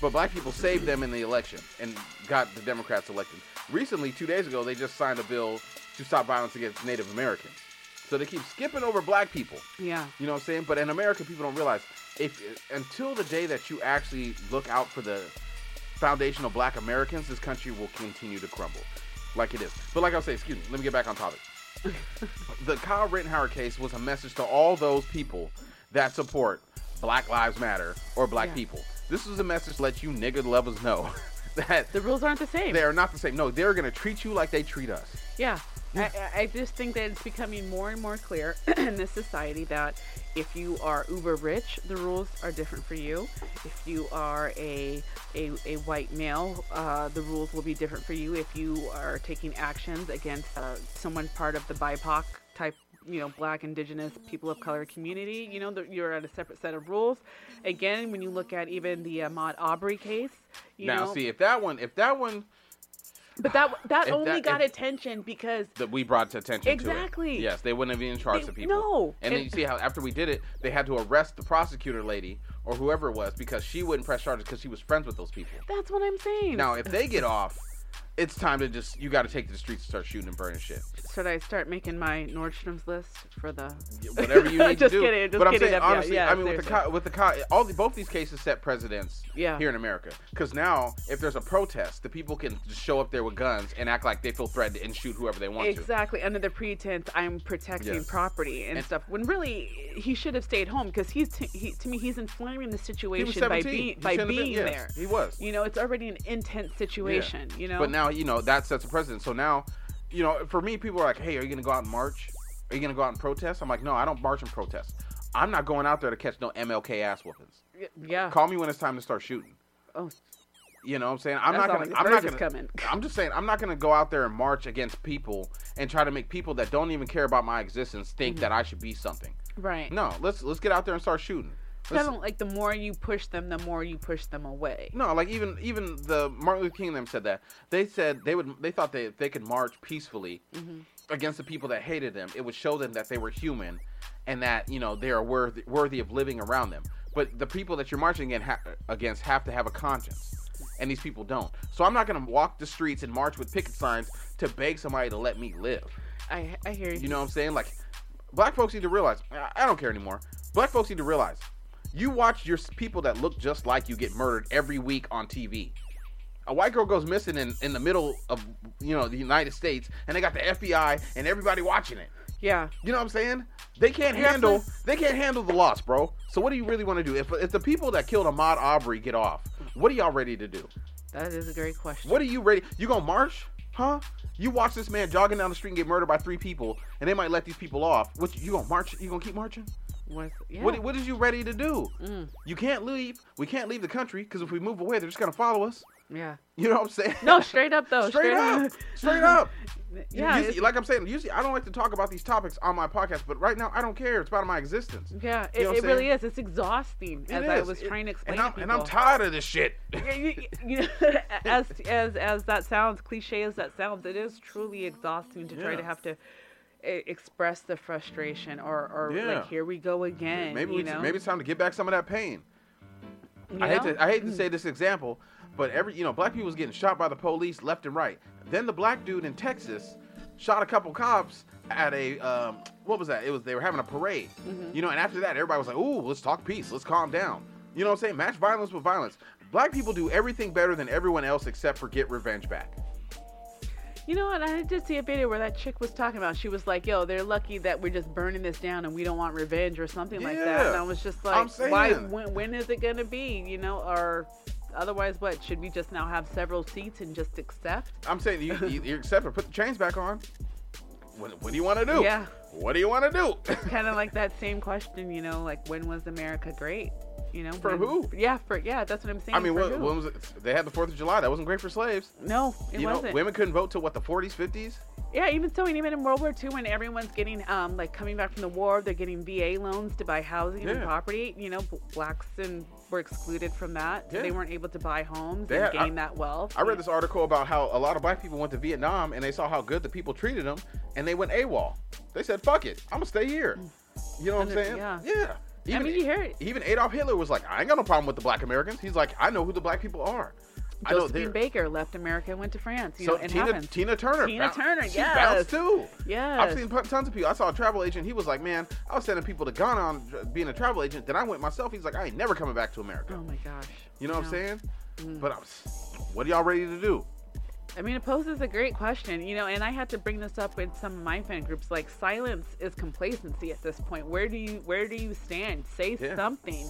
But black people saved them in the election and got the Democrats elected. Recently, two days ago, they just signed a bill to stop violence against Native Americans. So they keep skipping over black people.
yeah.
You know what I'm saying? But in America, people don't realize if until the day that you actually look out for the foundational black Americans, this country will continue to crumble like it is. But like I was saying, excuse me, let me get back on topic. the Kyle Rittenhauer case was a message to all those people that support Black Lives Matter or black
Yeah.
people. This was a message to let you nigger lovers know that
The rules aren't the same.
they are not the same. No, they're going to treat you like they treat us.
Yeah. I, I- I just think that it's becoming more and more clear in this society that if you are uber rich, the rules are different for you. If you are a a, a white male, uh, the rules will be different for you. If you are taking actions against uh, someone part of the BIPOC type, you know, black, indigenous, people of color community, you know, that you're at a separate set of rules. Again, when you look at even the uh, Ahmaud Aubrey case, you
now,
know,
see if that one, if that one
but that that
if
only
that-
got
if-
attention because
that we brought to attention to
Exactly.
it. Yes, they wouldn't have been charged
They-
the people.
no.
And then
And-
you see how after we did it, they had to arrest the prosecutor lady or whoever it was because she wouldn't press charges because she was friends with those people.
that's what I'm saying.
Now, if they get off, it's time to just you got to take to the streets and start shooting and burning shit.
Should I start making my Nordstrom's list for the?
Whatever you need
Just
to do.
kidding, just
but I'm
kidding,
saying
FBI,
honestly,
yeah,
I mean with the
seriously.
co- with the co- all the both these cases set precedents
Yeah.
here in America because now if there's a protest, the people can just show up there with guns and act like they feel threatened and shoot whoever they want to.
Exactly under the pretense I'm protecting
Yes.
property and,
And-
stuff. When really he should have stayed home because he's t- he, to me he's inflaming the
He was
situation by
17.
being
He
by
shouldn't have been-
being
yes,
there.
He was.
You know, it's already an intense
Yeah.
situation. You know,
But now you know that sets a precedent. So now you know, for me, people are like, "Hey, are you gonna go out and march? Are you gonna go out and protest?" I'm like, "No, I don't march and protest. I'm not going out there to catch no MLK ass whoopings.
Y- Yeah.
Call me when it's time to start shooting."
Oh,
You know what I'm saying? I'm
That's
not
always-
gonna. I'm not
Thursday's
gonna.
coming.
I'm just saying I'm not gonna go out there and march against people and try to make people that don't even care about my existence
Mm-hmm.
think that I should be something.
right.
No, let's let's get out there and start shooting.
So I
Let's-
don't like the more you push them, the more you push them away.
No, like even even the Martin Luther King and them said that they said they would they thought they they could march peacefully against the people that hated them. It would show them that they were human and that you know they are worthy worthy of living around them. But the people that you're marching against, ha- against have to have a conscience, and these people don't. So I'm not gonna walk the streets and march with picket signs to beg somebody to let me live.
I I hear you.
You know what I'm saying? Like, black folks need to realize. I I don't care anymore. Black folks need to realize. You watch your s- people that look just like you get murdered every week on TV. A white girl goes missing in, in the middle of you know the United States, and they got the FBI and everybody watching it.
yeah.
You know what I'm saying? They can't
Yes,
handle
sir.
they can't handle the loss, bro. So what do you really want to do? If if the people that killed Ahmaud Aubrey get off, what are y'all ready to do?
That is a great question.
What are you ready? You gonna march? Huh? You watch this man jogging down the street and get murdered by three people, and they might let these people off. What you gonna march? You gonna keep marching?
What's, yeah. Mm.
What What is you ready to do? You can't leave. We can't leave the country because if we move away, they're just gonna follow us.
yeah.
You know what I'm saying?
No, straight up though.
straight up, straight up. You-
yeah.
usually-
it's-
like I'm saying, usually I don't like to talk about these topics on my podcast, but right now I don't care. It's about my existence.
yeah. It,
know what
it
I'm
really
saying?
is. It's exhausting, as
It
I
is.
was
It-
trying to explain.
and I'm,
to
and I'm
people.
tired of this shit.
Yeah, you- you- you- as as as that sounds cliche as that sounds, it is truly exhausting to try
Yeah.
to have to e- express the frustration or or
Yeah.
like here we go again.
Maybe
you
we,
know?
maybe it's time to get back some of that pain.
You
I hate
know? Hmm.
to I hate to say this example, but every you know black people was getting shot by the police left and right. Then the black dude in Texas shot a couple cops at a um, what was that? It was they were having a parade,
Mm-hmm.
you know. And after that, everybody was like, "Ooh, let's talk peace, let's calm down." You know what I'm saying? Match violence with violence. Black people do everything better than everyone else except for get revenge back.
You know what? I did see a video where that chick was talking about. She was like, "Yo, they're lucky that we're just burning this down and we don't want revenge or something like that."
Yeah.
And I was just
I'm
like, "Why?
saying.
When, when is it gonna be? You know, or otherwise, what should we just now have several seats and just accept?"
I'm saying you, you, you accept it. Put the chains back on. What, what do you want to do?
Yeah.
What do you want to do?
kind of like that same question, you know, like when was America great? You know,
For
when-
who?
Yeah, for yeah, that's what I'm saying.
I mean,
for
what,
who?
when was it? They had the Fourth of July. That wasn't great for slaves.
no, it
you
wasn't.
know, women couldn't vote till what the 40s, 50s.
Yeah, even so, and even in World War II, when everyone's getting um like coming back from the war, they're getting VA loans to buy housing and
Yeah.
property. You know, b- blacks and were excluded from that.
Yeah.
They weren't able to buy homes
They
and
had- I-
gain that wealth.
I read this article about how a lot of black people went to Vietnam and they saw how good the people treated them, and they went AWOL. They said, "Fuck it, I'm gonna stay here." You know what I'm
And it-
saying?
Mm. yeah.
Even,
mean, you hear it.
Even Adolf Hitler was like, "I ain't got no problem with the black Americans." He's like, "I know who the black people are." I know
Josephine
they're-
Baker left America and went to France. You
so
know, it
Tina,
happens.
Tina Turner.
Tina
bounced-
Turner,
She bounced
yes.
too. I've
Yes.
seen p- tons of people. I saw a travel agent. He was like, "Man, I was sending people to Ghana on dr- being a travel agent. Then I went myself. He's like, I ain't never coming back to America."
oh Mm. my gosh.
You know what
No.
I'm saying? But I'm, what are y'all ready to do?
I mean, it poses a great question, you know, and I had to bring this up with some of my fan groups. Like, silence is complacency at this point. Where do you where do you stand? Say
Yeah.
something.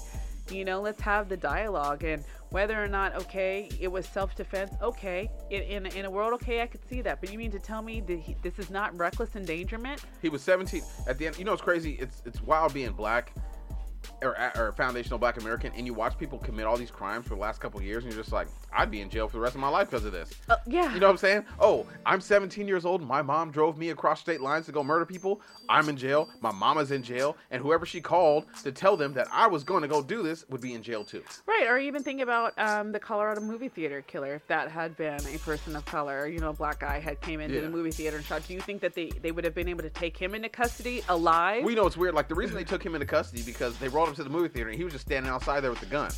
You know, let's have the dialogue and whether or not okay, it was self defense. Okay, in, in in a world, okay, I could see that. But you mean to tell me that he, this is not reckless endangerment?
He was 17 at the end. You know what's crazy? It's it's wild being black or or foundational black American, and you watch people commit all these crimes for the last couple of years, and you're just like, I'd be in jail for the rest of my life because of this.
Uh, yeah.
You know what I'm saying? Oh, I'm 17 years old. My mom drove me across state lines to go murder people. I'm in jail. My mama's in jail, and whoever she called to tell them that I was going to go do this would be in jail too.
Right, or even think about um, the Colorado movie theater killer. If that had been a person of color, you know, a black guy had came into
Yeah.
the movie theater and shot, do you think that they, they would have been able to take him into custody alive?
We know it's weird. Like the reason they took him into custody because they rolled up to the movie theater and he was just standing outside there with the gun.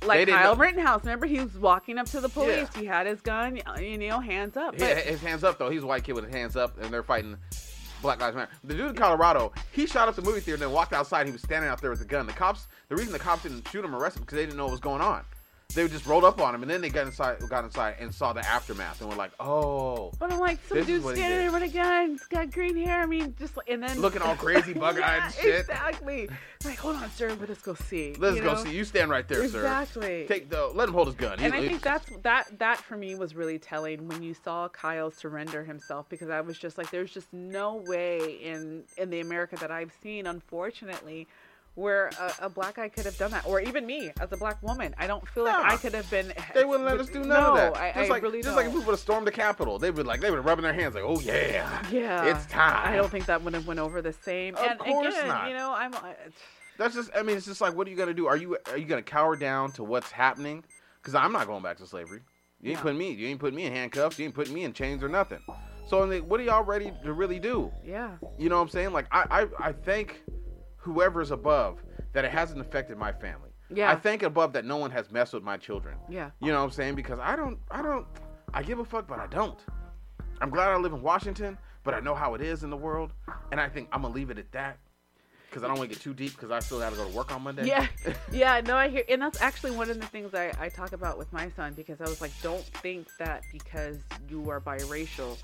they
like
didn't
Kyle
know-
Rittenhouse, remember he was walking up to the police. He had his gun, you know, hands up.
Yeah,
But
his hands up though. He's a white kid with his hands up, and they're fighting Black Lives Matter. The dude in Colorado, he shot up the movie theater and then walked outside. He was standing out there with a gun. The cops, the reason the cops didn't shoot him or arrest him because they didn't know what was going on. They just rolled up on him, and then they got inside, got inside, and saw the aftermath, and were like, "Oh,
But I'm like, some
This is
dude
what he
standing
did.
there with a gun, he's got green hair. I mean, just like- and then
looking all crazy, bug-eyed
yeah,
and shit."
Exactly. Like, hold on, sir, but let's go see.
Let's
you
go
know?
see. You stand right there, sir.
Exactly.
Take the. Let him hold his gun.
and
He-
I
he-
think that's that that for me was really telling when you saw Kyle surrender himself because I was just like there's just no way in in the America that I've seen unfortunately where a, a black guy could have done that or even me as a black woman I don't feel like
Nah.
I could have been
They wouldn't let us do none of that.
No, I,
just
I
like,
really
just
don't.
like if we would have stormed the Capitol, they would like they would rubbing their hands like, oh yeah,
yeah
it's time.
I don't think that would have went over the same
Of
and
course
again
not.
you know I'm uh,
That's just. I mean, it's just like, what are you gonna do? Are you are you gonna cower down to what's happening? Because I'm not going back to slavery. You ain't
No.
putting me. You ain't putting me in handcuffs. You ain't putting me in chains or nothing. So I'm like, what are y'all ready to really do?
yeah
You know what I'm saying? Like I I, I thank whoever's above that it hasn't affected my family.
Yeah.
I thank above that no one has messed with my children.
yeah
You know what I'm saying? Because I don't, I don't, I give a fuck, but I don't. I'm glad I live in Washington, but I know how it is in the world, and I think I'm gonna leave it at that because I don't want to get too deep because I still gotta go to work on Monday.
Yeah, yeah, no, I hear, and that's actually one of the things I, I talk about with my son because I was like, don't think that because you are biracial,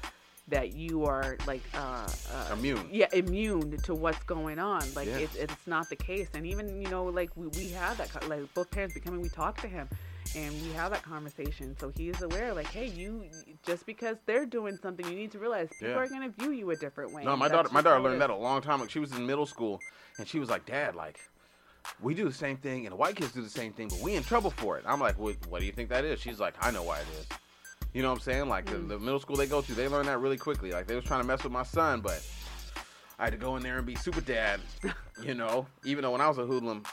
that you are like, uh, uh
Immune.
yeah, immune to what's going on. Like,
Yeah.
it's it's not the case. And even you know, like we we have that co- like both parents becoming, we talk to him, and we have that conversation. So he's aware, like, hey, you just because they're doing something, you need to realize people
Yeah.
are gonna view you a different way.
No, my
That's
daughter, my
just
daughter
how it
learned that
is.
a long time. Like she was in middle school, and she was like, "Dad, like, we do the same thing, and the white kids do the same thing, but we in trouble for it." I'm like, "What? What do you think that is?" She's like, "I know why it is." You know what I'm saying? Like the,
Mm.
the middle school they go to, they learn that really quickly. Like they was trying to mess with my son, but I had to go in there and be super dad. You know, even though when I was a hoodlum.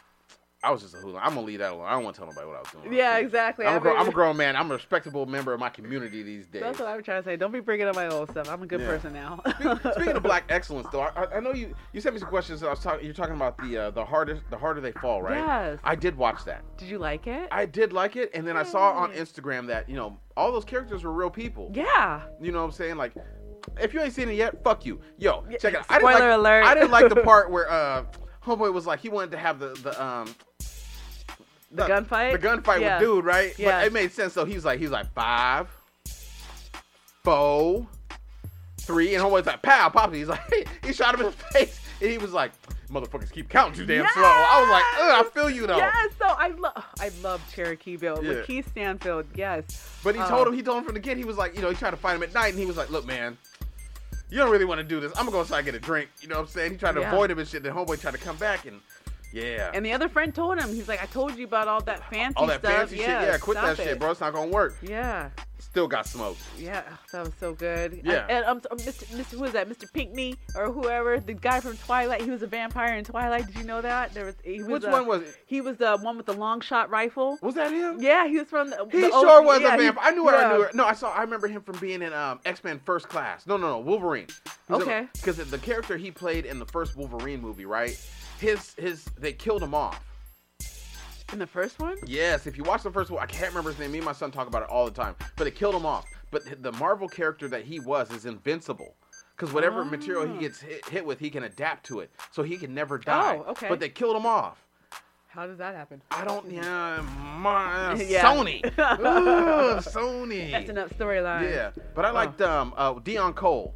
I was just a hoodlum. I'm gonna leave that alone. I don't want to tell nobody what I was doing.
Yeah, exactly.
I'm a,
I
grown,
mean-
I'm a grown man. I'm a respectable member of my community these days.
That's what I'm trying to say. Don't be bringing up my old stuff. I'm a good
Yeah.
person now.
Speaking of black excellence, though, I- I, I know you you sent me some questions. That I was talking. You're talking about the uh, the harder the harder they fall, right?
Yes.
I did watch that.
Did you like it?
I did like it, and then I saw on
Yay.
Instagram that you know all those characters were real people.
yeah.
You know what I'm saying? Like, if you ain't seen it yet, fuck you. Yo,
Yeah,
check it. out. I didn't
spoiler
like,
alert.
I didn't like the part where uh, homeboy was like he wanted to have the the um.
The gunfight?
The gunfight
Yeah.
with dude, right?
Yeah.
But it made sense. So he's like, he's like five, four, three, and homeboy's like, pow, pop. He's like, he shot him in the face, and he was like, motherfuckers keep counting too damn slow. I was like, Ugh, I feel you though.
Yes. So I love I love Cherokee Bill.
Yeah.
Yeah. Keith Stanfield. Yes.
But he
Uh,
told him, he told him from the get, he was like, you know, he tried to fight him at night, and he was like, look, man, you don't really want to do this. I'm gonna go inside and get a drink. You know what I'm saying? He tried to
Yeah.
avoid him and shit. Then homeboy tried to come back, and yeah,
And the other friend told him, he's like, I told you about all that fancy
all that
stuff.
fancy
yeah,
shit. Yeah, quit
stop
that
it.
shit, bro. It's not gonna work.
Yeah,
Still got smoked.
yeah, Ugh, that was so good.
Yeah.
I, and um, so- Mr. Mr. Who was that? Mr. Pinkney or whoever? The guy from Twilight. He was a vampire in Twilight. Did you know that? There was. He was
Which
a-
one was it?
He was the one with the long shot rifle.
Was that him?
Yeah, he was from the.
He
the
sure
OG.
was
Yeah,
a
he-
vampire. I knew it. I
yeah.
knew it. No, I saw. I remember him from being in um, X Men First Class. No, no, no, Wolverine.
Okay.
Because the character he played in the first Wolverine movie, right? His his they killed him off.
In the first one?
Yes, if you watch the first one, I can't remember his name. Me and my son talk about it all the time. But they killed him off. But the Marvel character that he was is invincible. Because whatever
Ah.
material he gets hit, hit with, he can adapt to it. So he can never die.
Oh, okay.
But they killed him off.
How did that happen?
I don't. Yeah, my,
Yeah.
Sony. Ugh, Sony.
That's enough storyline.
Yeah, but I liked um uh, Dion Cole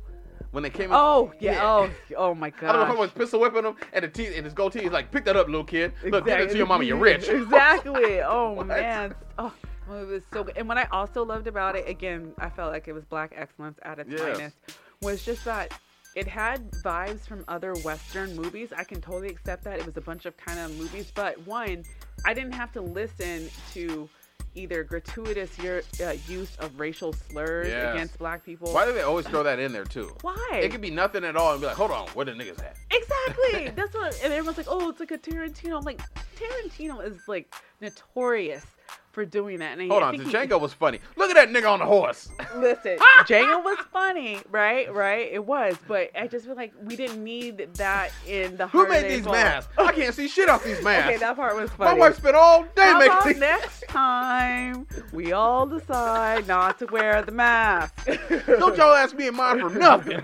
when they came. in-
Oh yeah. Oh oh my god.
I don't know if I was pistol whipping him and the teeth and his gold teeth. He's like, pick that up, little kid. Look, give it to your mama. You're rich.
Exactly. Oh
What?
man. Oh, well, it was so good. And what I also loved about it, again, I felt like it was black excellence at its
Yes.
finest, was just that it had vibes from other Western movies. I can totally accept that. It was a bunch of kind of movies, but one, I didn't have to listen to either gratuitous year, uh, use of racial slurs
Yes.
against black people.
Why do they always throw that in there too?
Why?
It could be nothing at all and be like, hold on, where the niggas at?
Exactly. That's what, and everyone's like, "Oh, it's like a Tarantino." I'm like, Tarantino is like notorious for doing that. And I-
Hold
I
on,
think he-
Django was funny. Look at that nigga on the horse.
Listen, Django was funny, right? Right, it was, but I just feel like we didn't need that in the.
Who
Harder
made
They
these
Fall.
masks? I can't see shit off these masks.
Okay, that part was
My
funny.
wife spent all day
How
making
about
these.
next time we all decide not to wear the mask?
Don't y'all ask me and mine for nothing.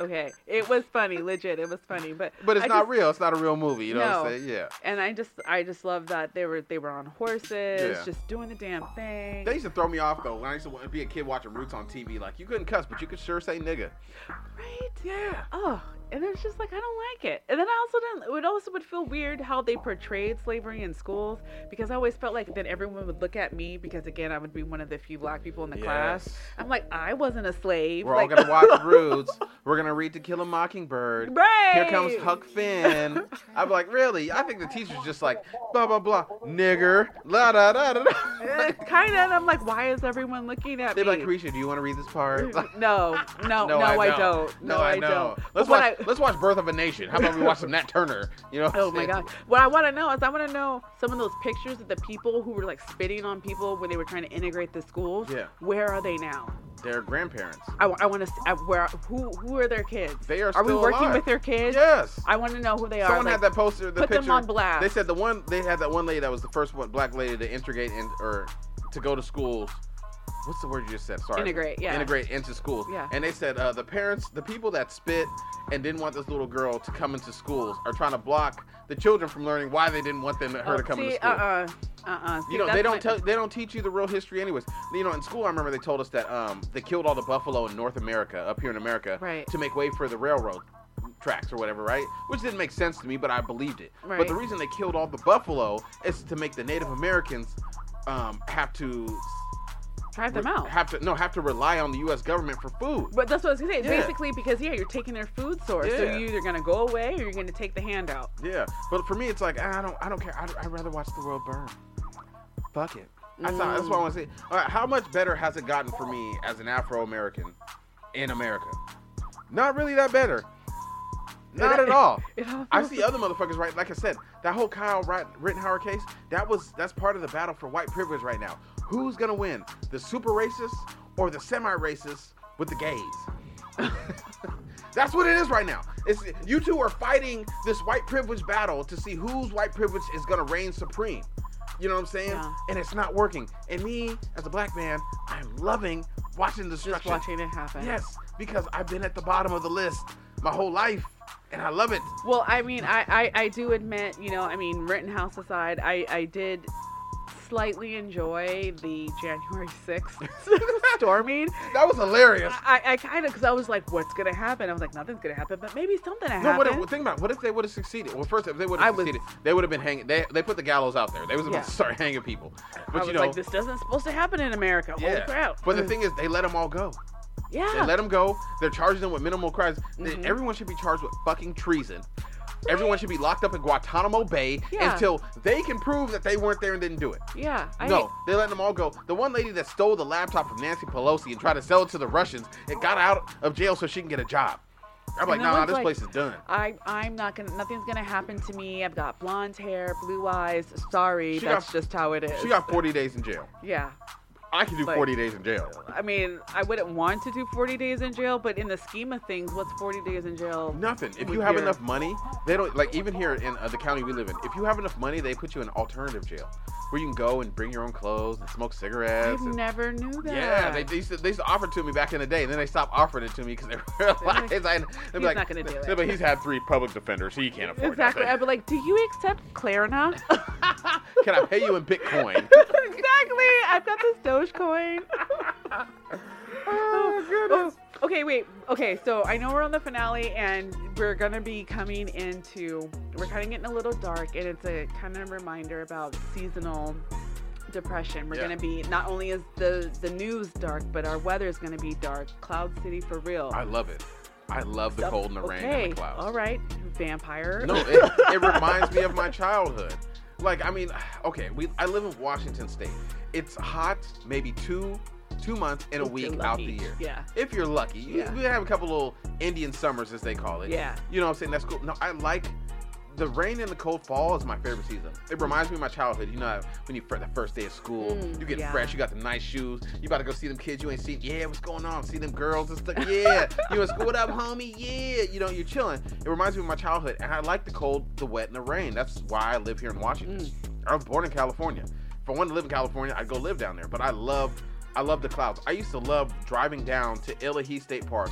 Okay, it was funny, legit. It was funny, but
But it's
I
not
just-
real. It's not a real movie. You know what
No.
I'm saying? Yeah.
And I just, I just love that they were, they were on horses,
Yeah.
just doing the damn thing.
That used to throw me off though. When I used to wa- be a kid watching Roots on TV, like you couldn't cuss, but you could sure say nigga.
right?
Yeah.
Oh, and it's just like I don't like it. And then I also didn't. It also would feel weird how they portrayed slavery in schools because I always felt like then everyone would look at me because again I would be one of the few black people in the class.
Yes.
I'm like I wasn't a slave.
We're
like,
all gonna watch Roots. We're gonna read To Kill a Mockingbird.
Right.
Here comes Huck Finn. I'm like, really? I think the teacher's just like, blah blah blah, nigger, la da da da. da.
kind of. I'm like, why is everyone looking at
They're
me?
like, Carisha, do you want to read this part? Like,
no, no, no, I,
know.
don't. No, I,
know.
don't. But what
Let's watch.
I-
Let's watch Birth of a Nation. How about we watch some Nat Turner? You know. what
Oh
I'm
my
saying?
god! What I want to know is I want to know some of those pictures of the people who were like spitting on people when they were trying to integrate the schools.
Yeah.
Where are they now?
Their grandparents.
I, want to. I, where? Who? Who are their kids?
They are.
Are we
still
working
alive.
with their kids?
Yes.
I want to know who they
Someone
are.
had that poster, the
put them
picture.
on blast.
They said the one they had that one lady that was the first one black lady to integrate in, or to go to schools. What's the word you just said? Sorry.
Integrate, yeah.
Integrate into schools.
Yeah.
And they said uh, the parents, the people that spit and didn't want this little girl to come into schools, are trying to block the children from learning why they didn't want them her to come into
See,
school.
uh-uh. Uh-uh. See,
You know
that's
they don't
my-
tell they don't teach you the real history anyways. You know in school I remember they told us that um they killed all the buffalo in North America up here in America
Right.
to make way for the railroad tracks or whatever right, which didn't make sense to me but I believed it. But
Right.
the reason they killed all the buffalo is to make the Native Americans um have to
Drive them out.
have to no have to rely on the U.S. government for food.
but that's what I was gonna say.
Yeah.
Basically, because yeah, you're taking their food source, so
Yeah.
you're either gonna go away or you're gonna take the handout.
Yeah, but for me, it's like I don't, I don't care. I'd, I'd rather watch the world burn. Fuck it. That's, not, that's what I want to say. All right, how much better has it gotten for me as an Afro American in America? Not really that better. Not at all.
It all
I
feels-
see other motherfuckers right. Like I said, that whole Kyle Ri- Rittenhower case. That was that's part of the battle for white privilege right now. Who's gonna win? The super racist or the semi racist with the gays? that's what it is right now. It's you two are fighting this white privilege battle to see whose white privilege is gonna reign supreme. You know what I'm saying?
Yeah.
And it's not working. And me, as a black man, I'm loving watching
Just
destruction.
watching it happen.
Yes, because I've been at the bottom of the list my whole life, and I love it.
Well, I mean, I, I, I do admit, you know, I mean, Rittenhouse aside, I, I did slightly enjoy the January 6th storming.
That was hilarious.
I, I kind of, because I was like, what's going to happen? I was like, nothing's going to happen, but maybe something will
No, what
happen.
if, think about it. what if they would have succeeded? Well, first, if they would
I
have
was-
succeeded, they would have been hanging. They, they put the gallows out there. They was
Yeah.
about to start hanging people.
I
But
was
you know,
like, this doesn't supposed to happen in America. Holy
yeah.
crap. Mm.
But the thing is, they let them all go. They
yeah.
let them go. They're charging them with minimal crimes. They-
Mhm.
Everyone should be charged with fucking treason. Everyone should be locked up in Guantanamo Bay
Yeah.
until they can prove that they weren't there and didn't do it.
yeah. I,
no, they let them all go. The one lady that stole the laptop from Nancy Pelosi and tried to sell it to the Russians, it got out of jail so she can get a job. I'm like,
that
nah,
one's
this
like-
place is done.
I, I'm not going to, nothing's going to happen to me. I've got blonde hair, blue eyes. Sorry,
She
that's
got-
just how it is.
She got 40 days in jail.
yeah.
I can do
Like-
40 days in jail.
I mean, I wouldn't want to do 40 days in jail, but in the scheme of things, what's 40 days in jail?
Nothing. If you
with
have
your-
enough money, they don't like even here in uh, the county we live in. If you have enough money, they put you in alternative jail where you can go and bring your own clothes and smoke cigarettes.
I've
and-
never knew that.
yeah, they, they, used to, they used to offer it to me back in the day, and then they stopped offering it to me because they realized I. He's like,
not gonna do it.
"Yeah, But he's had three public defenders, so you can't afford
exactly.
nothing."
I'd be like, do you accept Klarna?
Can I pay you in Bitcoin?
exactly. I've got this Dogecoin.
oh,
Oh, okay, wait. Okay, so I know we're on the finale, and we're gonna be coming into. We're kind of getting a little dark, and it's a kind of reminder about seasonal depression. We're
Yeah.
gonna be not only is the the news dark, but our weather is gonna be dark. Cloud city for real.
I love it. I love the
Stuff-
cold and the rain
okay,
and the clouds.
All right, you vampire.
No, it, it reminds me of my childhood. Like, I mean, okay, we I live in Washington State. It's hot, maybe two two months in a
If you're
week out the
lucky,
year.
yeah.
If you're lucky, You-
Yeah.
we have a couple little Indian summers, as they call it.
Yeah.
You know what I'm saying? That's cool. No, I like. The rain and the cold fall is my favorite season. It reminds me of my childhood. You know, how when you fir- the first day of school,
Mm,
you get
yeah.
fresh, you got the nice shoes, you about to go see them kids you ain't seen. Yeah, what's going on? See them girls and stuff. Yeah, you in school? What up, homie? Yeah, you know, you're chilling. It reminds me of my childhood, and I like the cold, the wet, and the rain. That's why I live here in Washington.
Mm.
I was born in California. If I wanted to live in California, I'd go live down there. But I loved, I loved the clouds. I used to love driving down to Illahee State Park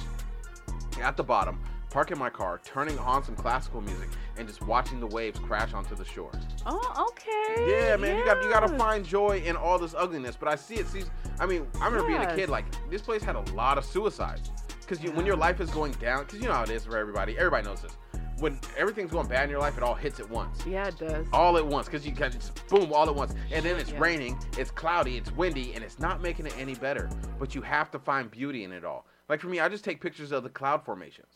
at the bottom, parking my car, turning on some classical music, and just watching the waves crash onto the shore.
Oh, okay.
Yeah, man, you got you got to
Yeah.
find joy in all this ugliness. But I see it. See, I mean, I remember being a
Yes.
kid. Like this place had a lot of suicides. Because you, when your life is going down, because you know how it is for everybody. Everybody knows this. When everything's going bad in your life, it all hits at once
Yeah, it does.
all at once because you can just boom all at once and then it's
Yeah.
raining it's cloudy it's windy and it's not making it any better but you have to find beauty in it all like for me i just take pictures of the cloud formations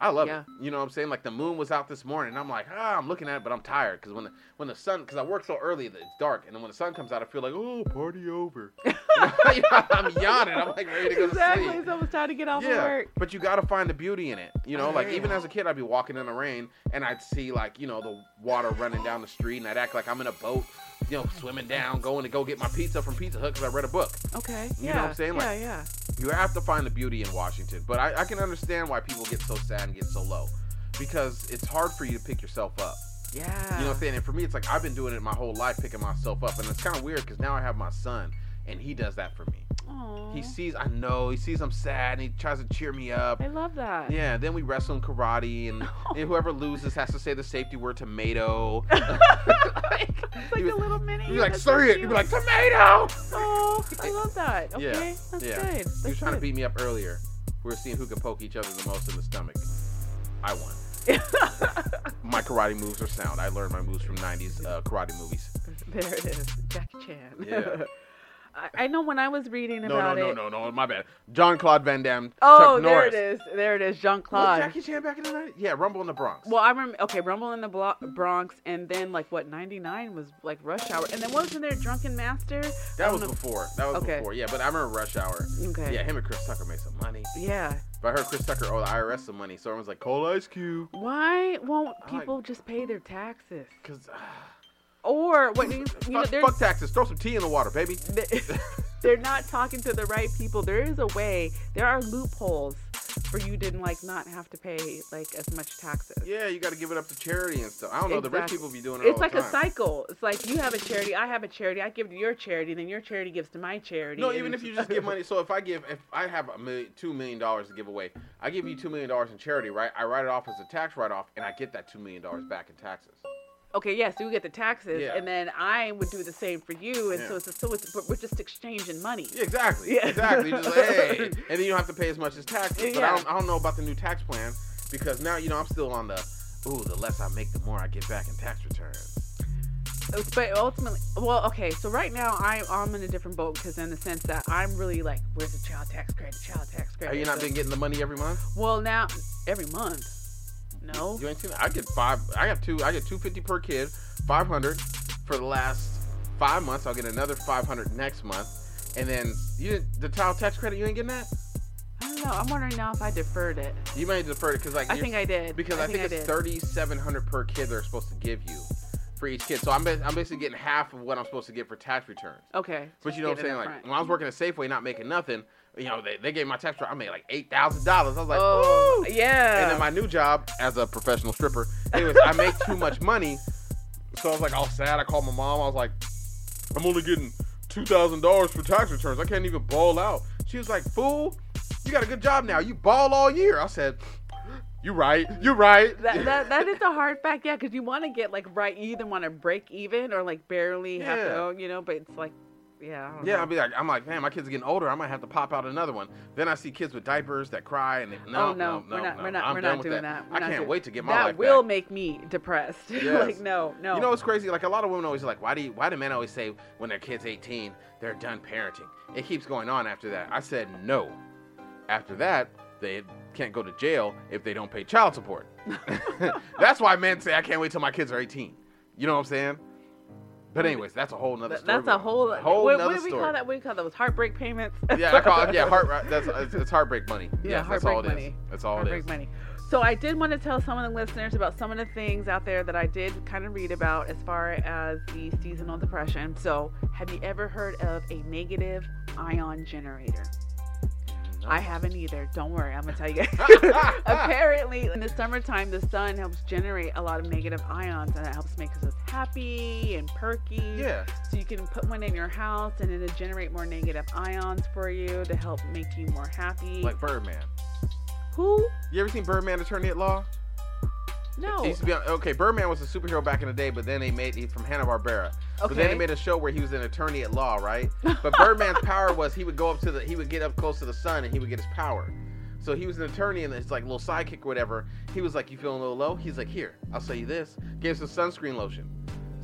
i love
Mm, yeah.
it you know what i'm saying like the moon was out this morning and i'm like ah i'm looking at it but i'm tired because when the, when the sun because i work so early that it's dark and then when the sun comes out i feel like oh party over You know, i'm yawning i'm like ready to go to
exactly.
sleep
So it's time to get off
yeah,
of work.
but you gotta find the beauty in it. You know, like
Yeah.
even as a kid, I'd be walking in the rain and I'd see like you know the water running down the street, and I'd act like I'm in a boat, you know, swimming down, going to go get my pizza from Pizza Hut because I read a book.
Okay.
You
yeah.
know what I'm saying?
Yeah,
Like-
yeah.
You have to find the beauty in Washington, but I, I can understand why people get so sad and get so low, because it's hard for you to pick yourself up.
Yeah.
You know what I'm saying? And for me, it's like I've been doing it my whole life, picking myself up, and it's kind of weird because now I have my son, and he does that for me.
Aw,
He sees, I know, he sees I'm sad, and he tries to cheer me up.
I love that.
Yeah, then we wrestle in karate, and and whoever loses has to say the safety word tomato.
It's like
You-
a little mini.
You'd be like,
that's so
say it. You'd
cute.
be like, tomato.
Oh, I love that. Okay,
Yeah,
that's
yeah.
good. That's
You were trying to
good.
beat me up earlier. We were seeing who could poke each other the most in the stomach. I won. My karate moves are sound. I learned my moves from '90s uh, karate movies.
There it is, Jackie Chan.
Yeah.
I, I know when I was reading
No, no,
about
no,
it.
no, no. My bad. John Claude Van Damme.
Oh,
Chuck
there
Norris.
it is. There it is, Jean
Was
Claude.
Jackie Chan back in the night? Yeah, Rumble in the Bronx.
Well, I remember. Okay, Rumble in the Blo- Bronx, and then like what '99 was like Rush Hour, and then wasn't there Drunken Master?
that
I
was
don't know-
before. That was
um, Okay.
before. Yeah, but I remember Rush Hour.
Okay.
Yeah, him and Chris Tucker made some money.
yeah.
But I heard Chris Tucker owed the IRS some money, so everyone's like, "Call Ice Cube,"
Why won't
I like-
people just pay their taxes?
because
Or what? You, you know,
ah, fuck,
there's
fuck taxes. Throw some tea in the water, baby.
they- they're not talking to the right people. There is a way. There are loopholes for you to like not have to pay like as much taxes.
Yeah, you got to give it up to charity and stuff. I don't know. The rich
Exactly.
people be doing it.
It's
all
like
the
a
time.
cycle. It's like you have a charity, I have a charity, I give to your charity, then your charity gives to my charity.
No,
and
even if
it's-
you just give money. So if I give, if I have a million, two million dollars to give away, I give you two million dollars in charity, right? I write it off as a tax write-off, and I get that two million dollars back in taxes.
Okay, yes, yeah, so you get the taxes,
Yeah.
and then I would do the same for you, and
Yeah.
so it's so it's but we're just exchanging money.
Yeah, exactly.
Yeah.
Exactly. You're just like, hey, and then you don't have to pay as much as taxes. But
Yeah.
I don't, I don't know about the new tax plan because now you know I'm still on the. Ooh, the less I make, the more I get back in tax returns.
But ultimately, well, okay, so right now I I'm in a different boat because in the sense that I'm really like, where's the child tax credit? Child tax credit.
Have you not
So-
been getting the money every month?
Well, now every month. No.
You ain't seen. I get five. I got two. I get two fifty per kid. Five hundred for the last five months. I'll get another five hundred next month, and then you didn't- the child tax credit. You ain't getting that.
I don't know. I'm wondering now if I deferred it.
You may defer it because like
I
you're-
think I did.
because I, think, it's
I did.
thirty seven hundred per kid they're supposed to give you for each kid. So I'm ba- I'm basically getting half of what I'm supposed to get for tax returns.
Okay.
But you know what
Get
I'm
it
saying?
up
Like
front.
when I was working at Safeway, not making nothing. You know they, they gave my tax return. I made like eight thousand dollars. I was like,
Oh,
"Ooh."
yeah.
And then my new job as a professional stripper. Anyways, I make too much money. So I was like all sad. I called my mom. I was like, I'm only getting two thousand dollars for tax returns. I can't even ball out. She was like, Fool, you got a good job now. You ball all year. I said, You right. You right.
that, that, that is a hard fact, yeah, because you want to get like right. You either want to break even or like barely have
Yeah.
to, oh, you know. But it's like, yeah, I don't
yeah,
know.
I'll be like, I'm like, man, my kids are getting older. I might have to pop out another one. Then I see kids with diapers that cry, and they, no,
oh no,
no,
we're
no,
not,
no,
we're not,
I'm
we're
done
not
with
doing that. We're
I
not
can't
doing-
wait to get my
that
life
will
back.
make me depressed.
Yes.
like no, no.
You know what's crazy? Like a lot of women always like, why do you, why do men always say when their kid's 18 they're done parenting? It keeps going on after that. I said no. After that, they can't go to jail if they don't pay child support. that's why men say I can't wait till my kids are 18. You know what I'm saying? But anyways, that's a whole nother
Th-
story.
that's a whole,
whole
what,
nother
what do we
story.
call that? What do we call those heartbreak payments?
Yeah, I call it, yeah, heart. That's it's, it's heartbreak money.
Yeah,
yes, that's
heartbreak
all it is.
money.
That's all
heartbreak
it is.
money. So I did want to tell some of the listeners about some of the things out there that I did kind of read about as far as the seasonal depression. So have you ever heard of a negative ion generator? I haven't either. Don't worry, I'm gonna tell you guys. Apparently, in the summertime, the sun helps generate a lot of negative ions, and it helps make us happy and perky.
Yeah.
So you can put one in your house, and it'll generate more negative ions for you to help make you more happy.
Like Birdman.
Who?
You ever seen Birdman Attorney at Law?
No.
He used to be on, okay, Birdman was a superhero back in the day, but then they made he's from Hanna Barbera. But then
Okay.
they made a show where he was an attorney at law, right? But Birdman's power was he would go up to the he would get up close to the sun and he would get his power. So he was an attorney and it's like little sidekick or whatever. He was like, You feeling a little low? He's like, Here, I'll sell you this. Gives him sunscreen lotion.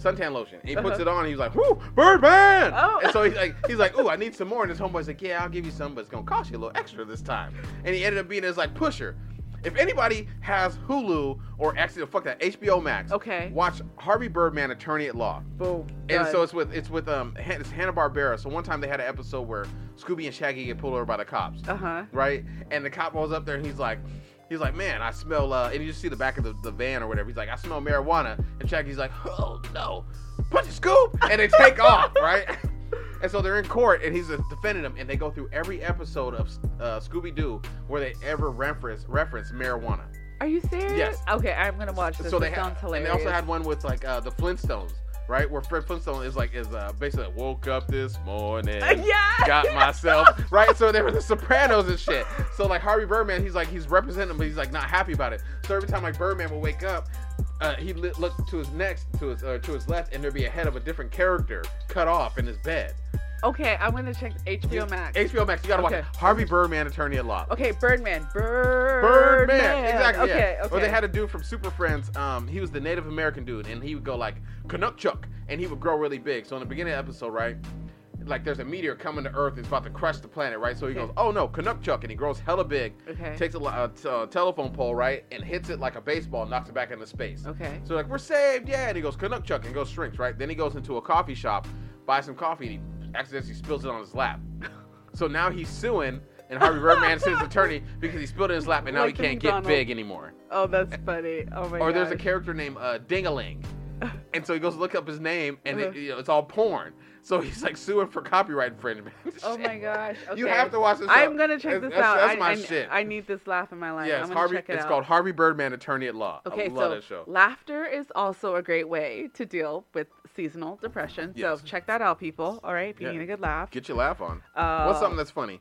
Suntan lotion. And he puts
Uh-huh.
it on and he's like, Whoo, Birdman!
Oh.
And so he's like he's like, Ooh, I need some more. And his homeboy's like, Yeah, I'll give you some, but it's gonna cost you a little extra this time. And he ended up being his like pusher. If anybody has Hulu or actually fuck that HBO Max,
Okay.
watch Harvey Birdman, Attorney at Law.
Boom.
And
Done.
so it's with it's with um Han- it's Hanna Barbera. So one time they had an episode where Scooby and Shaggy get pulled over by the cops,
Uh-huh.
right? And the cop rolls up there and he's like, he's like, man, I smell. Uh, and you just see the back of the, the van or whatever. He's like, I smell marijuana. And Shaggy's like, oh no, punch a scoop, and they take off, right? And so they're in court and he's uh, defending them, and they go through every episode of uh, Scooby Doo where they ever reference reference marijuana.
Are you serious?
Yes.
Okay, I'm gonna watch this.
So they
This
had-
sounds hilarious.
And they also had one with like uh, the Flintstones, right? Where Fred Flintstone is like is uh, basically like, woke up this morning,
Yeah.
got myself right. So they were the Sopranos and shit. So like Harvey Birdman, he's like he's representing, them, but he's like not happy about it. So every time like Birdman would wake up. Uh, he li- looked to his next, to his uh, to his left, and there'd be a head of a different character cut off in his bed.
Okay, I'm gonna check HBO Max.
HBO Max, you gotta watch
Okay.
it. Harvey Birdman, Attorney at Law.
okay, Birdman. Bird-
Birdman.
Birdman.
Exactly.
Okay.
yeah.
Okay.
Or they had a dude from Super Friends. Um, he was the Native American dude, and he would go like Canuck Chuck, and he would grow really big. So in the beginning of the episode, right, like there's a meteor coming to Earth, it's about to crush the planet, right? So he
Okay.
goes, oh no, Canuck Chuck, and he grows hella big.
Okay.
Takes a, li- a t- a telephone pole, right, and hits it like a baseball, knocks it back into space.
Okay.
So like we're saved, yeah, and he goes Canuck Chuck and goes shrinks, right? Then he goes into a coffee shop, buys some coffee, and he accidentally spills it on his lap. So now he's suing, and Harvey Birdman is his attorney because he spilled it in his lap, and now
Like
he
the
can't get
McDonald's.
big anymore.
Oh, that's funny. Oh my.
or there's a
gosh.
character named uh, Dingaling, and so he goes look up his name, and it,
Uh-huh.
you know, it's all porn. So he's like suing for copyright infringement.
Oh my gosh.
You
okay.
have to watch this.
I'm
out.
gonna check
That's-
this
that's-
out.
That's
I,
my
I-
shit.
I need this laugh in my life.
yeah,
I'm
it's
gonna
Harvey.
check it
it's
out.
called Harvey Birdman, Attorney at Law.
Okay,
I love
so
that show.
laughter is also a great way to deal with seasonal depression.
Yes.
So check that out, people. All right, if you
Yeah.
need a good laugh.
Get your laugh on.
Uh,
What's something that's funny?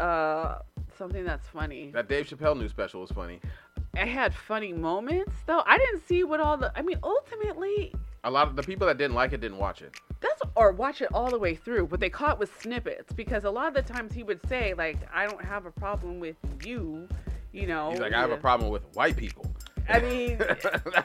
uh, something that's funny.
That Dave Chappelle new special was funny.
I had funny moments though. I didn't see what all the. I mean, ultimately,
A lot of the people that didn't like it didn't watch it.
that's or watch it all the way through. What they caught was snippets because a lot of the times he would say like, "I don't have a problem with you," you know.
He's like, I have a
Oh, Yeah.
problem with white people.
I mean,
that's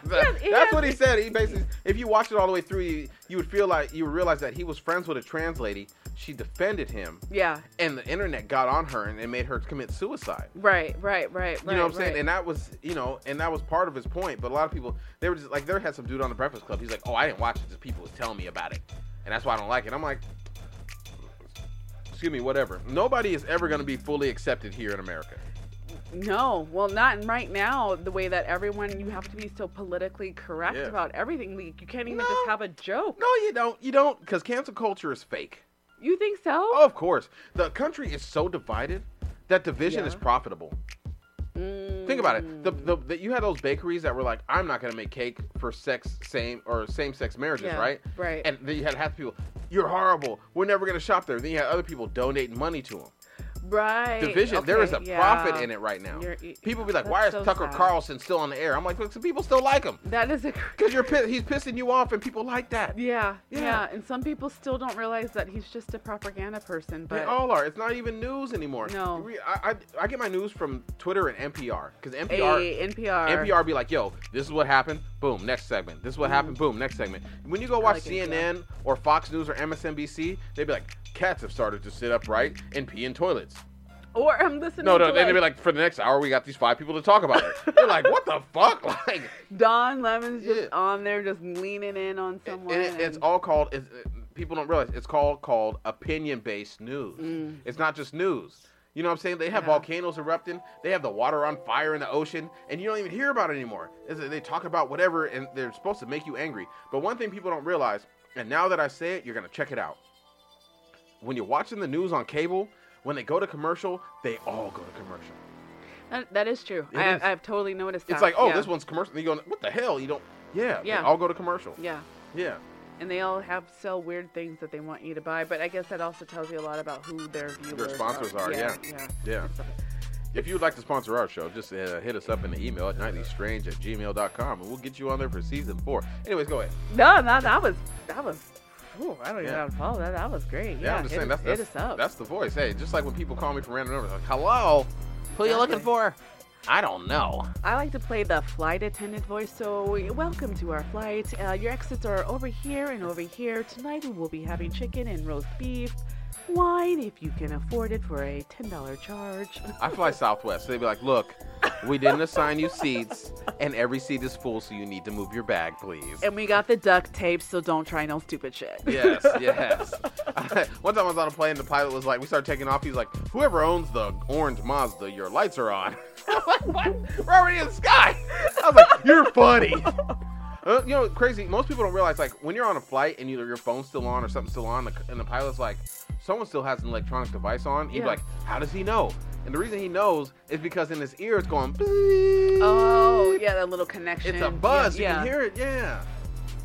Yeah, he
that's
has-
what he said. He basically, if you watch it all the way through, you, you would feel like you would realize that he was friends with a trans lady. She defended him,
yeah.
and the internet got on her and it made her commit suicide.
Right, right, right, right.
You know what I'm saying?
right.
And that was, you know, and that was part of his point. But a lot of people, they were just like, there had some dude on the Breakfast Club. He's like, oh, I didn't watch it. Just people was telling me about it, and that's why I don't like it. I'm like, excuse me, whatever. Nobody is ever going to be fully accepted here in America.
No, well, not right now. The way that everyone, you have to be so politically correct
Yeah.
about everything. Like, you can't even
No.
just have a joke.
No, you don't. You don't, because cancel culture is fake.
You think so?
Oh, of course. The country is so divided that division
Yeah.
is profitable.
Mm,
Think about it. The, the, the you had those bakeries that were like, I'm not gonna make cake for sex same or same sex marriages,
Yeah,
right?
right.
And then you had half the people, you're horrible. We're never gonna shop there. Then you had other people donating money to them.
right.
Division. there is a profit in it
Right
right now.
You're- y-
people be like,
that's
why is
so
Tucker
sad.
Carlson still on the air? I'm like, look, some people still like him
that is a.
because you're pi- he's pissing you off, and people like that.
Yeah,
Yeah.
yeah, And some people still don't realize that he's just a propaganda person.
They
But
all are. It's not even news anymore.
No.
We- I, I, I get my news from Twitter and NPR because NPR.
hey, NPR.
NPR be like, yo, this is what happened. Boom, next segment. This is what happened. Boom, next segment. When you go watch
like NPR.
CNN or Fox News or MSNBC, they be like, cats have started to sit upright and pee in toilets.
Or I'm listening.
No,
to
no, they'd be
like,
like, for the next hour, we got these five people to talk about it. You're like, what the fuck? Like,
Don Lemon's just
Yeah.
on there, just leaning in on
and
someone.
it, it's
and-
all called. It's, uh, people don't realize it's called called opinion-based news. It's not just news. You know what I'm saying? They have
Yeah.
volcanoes erupting. They have the water on fire in the ocean, and you don't even hear about it anymore. It's that they talk about whatever, and they're supposed to make you angry. But one thing people don't realize, and now that I say it, you're gonna check it out. When you're watching the news on cable, when they go to commercial, they all go to commercial.
That- that is true.
It
I,
is.
I've totally noticed that.
It's like, oh,
yeah.
this one's commercial. And you go, what the hell? You don't. Yeah, yeah.
Yeah.
They all go to commercial.
Yeah.
yeah.
and they all have sell weird things that they want you to buy. But I guess that also tells you a lot about who their viewers
sponsors are, yeah.
yeah.
yeah. If you would like to sponsor our show, just uh, hit us up in the email at nightlystrange at gmail.com and we'll get you on there for season four. Anyways, go ahead.
No, no, that was that was. Ooh, I don't even
Yeah.
know how to follow that. That was great.
Yeah,
Yeah,
I'm just
hit,
saying that's
hit
that's,
us up.
that's the voice. Hey, just like when people call me from random numbers, like, hello, who you looking
Exactly.
for? I don't know.
I like to play the flight attendant voice. So welcome to our flight. Uh, your exits are over here and over here. Tonight we will be having chicken and roast beef, wine if you can afford it for a ten dollar charge.
I fly Southwest. So they'd be like, look, we didn't assign you seats, and every seat is full, so you need to move your bag, please.
And we got the duct tape, so don't try no stupid shit.
Yes, yes. One time I was on a plane, the pilot was like, we started taking off. He's like, whoever owns the orange Mazda, your lights are on. I'm like, what? We're already in the sky. I was like, you're funny. Uh, you know, crazy. Most people don't realize, like, when you're on a flight and you, your phone's still on or something's still on, the, and the pilot's like, someone still has an electronic device on. He'd be
Yeah.
like, how does he know? And the reason he knows is because in his ear it's going.
Oh,
beep.
yeah, that little connection.
It's a buzz.
Yeah.
You can hear it. Yeah.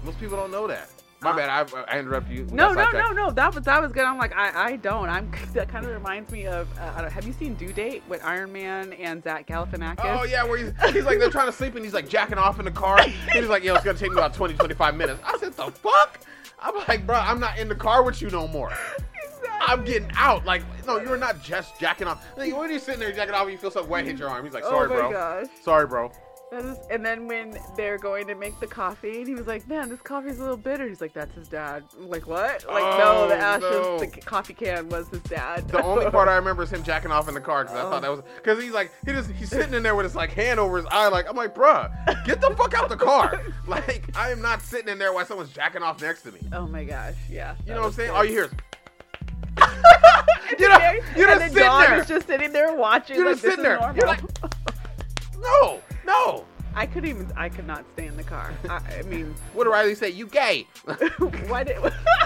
Most people don't know that. My
Uh,
bad. I, I interrupted you.
No,
That's
no,
sidetracked.
no, no. That was that was good. I'm like, I, I don't. I'm. That kind of reminds me of. Uh, I don't, have you seen Due Date with Iron Man and Zach Galifianakis?
Oh yeah, where he's, he's like they're trying to sleep and he's like jacking off in the car. And he's like, yo, it's gonna take me about 20, 25 minutes. I said, the fuck? I'm like, bro, I'm not in the car with you no more. I'm getting out. Like, no, you're not just jacking off. Like, when you're sitting there jacking off and you feel something wet hit your arm, he's like,
Oh
sorry,
my
bro.
gosh.
Sorry, bro.
That is, and then when they're going to make the coffee, and he was like, "Man, this coffee's a little bitter." He's like, "That's his dad." I'm like what? Like no,
Oh,
the ashes,
no.
the coffee can was his dad.
The only part I remember is him jacking off in the car because I
Oh.
thought that was because he's like he just he's sitting in there with his like hand over his eye like I'm like bruh get the fuck out the car like I am not sitting in there while someone's jacking off next to me
oh my gosh, yeah. that
you know what I'm
was
saying
good.
all you hear is you know you
and then
just sitting
Dawn
there
is just sitting there watching.
You're
like,
just
this
sitting
is
there.
normal.
You're like- no no
I couldn't even. I could not stay in the car. I, I mean,
what did Riley say you gay
why did?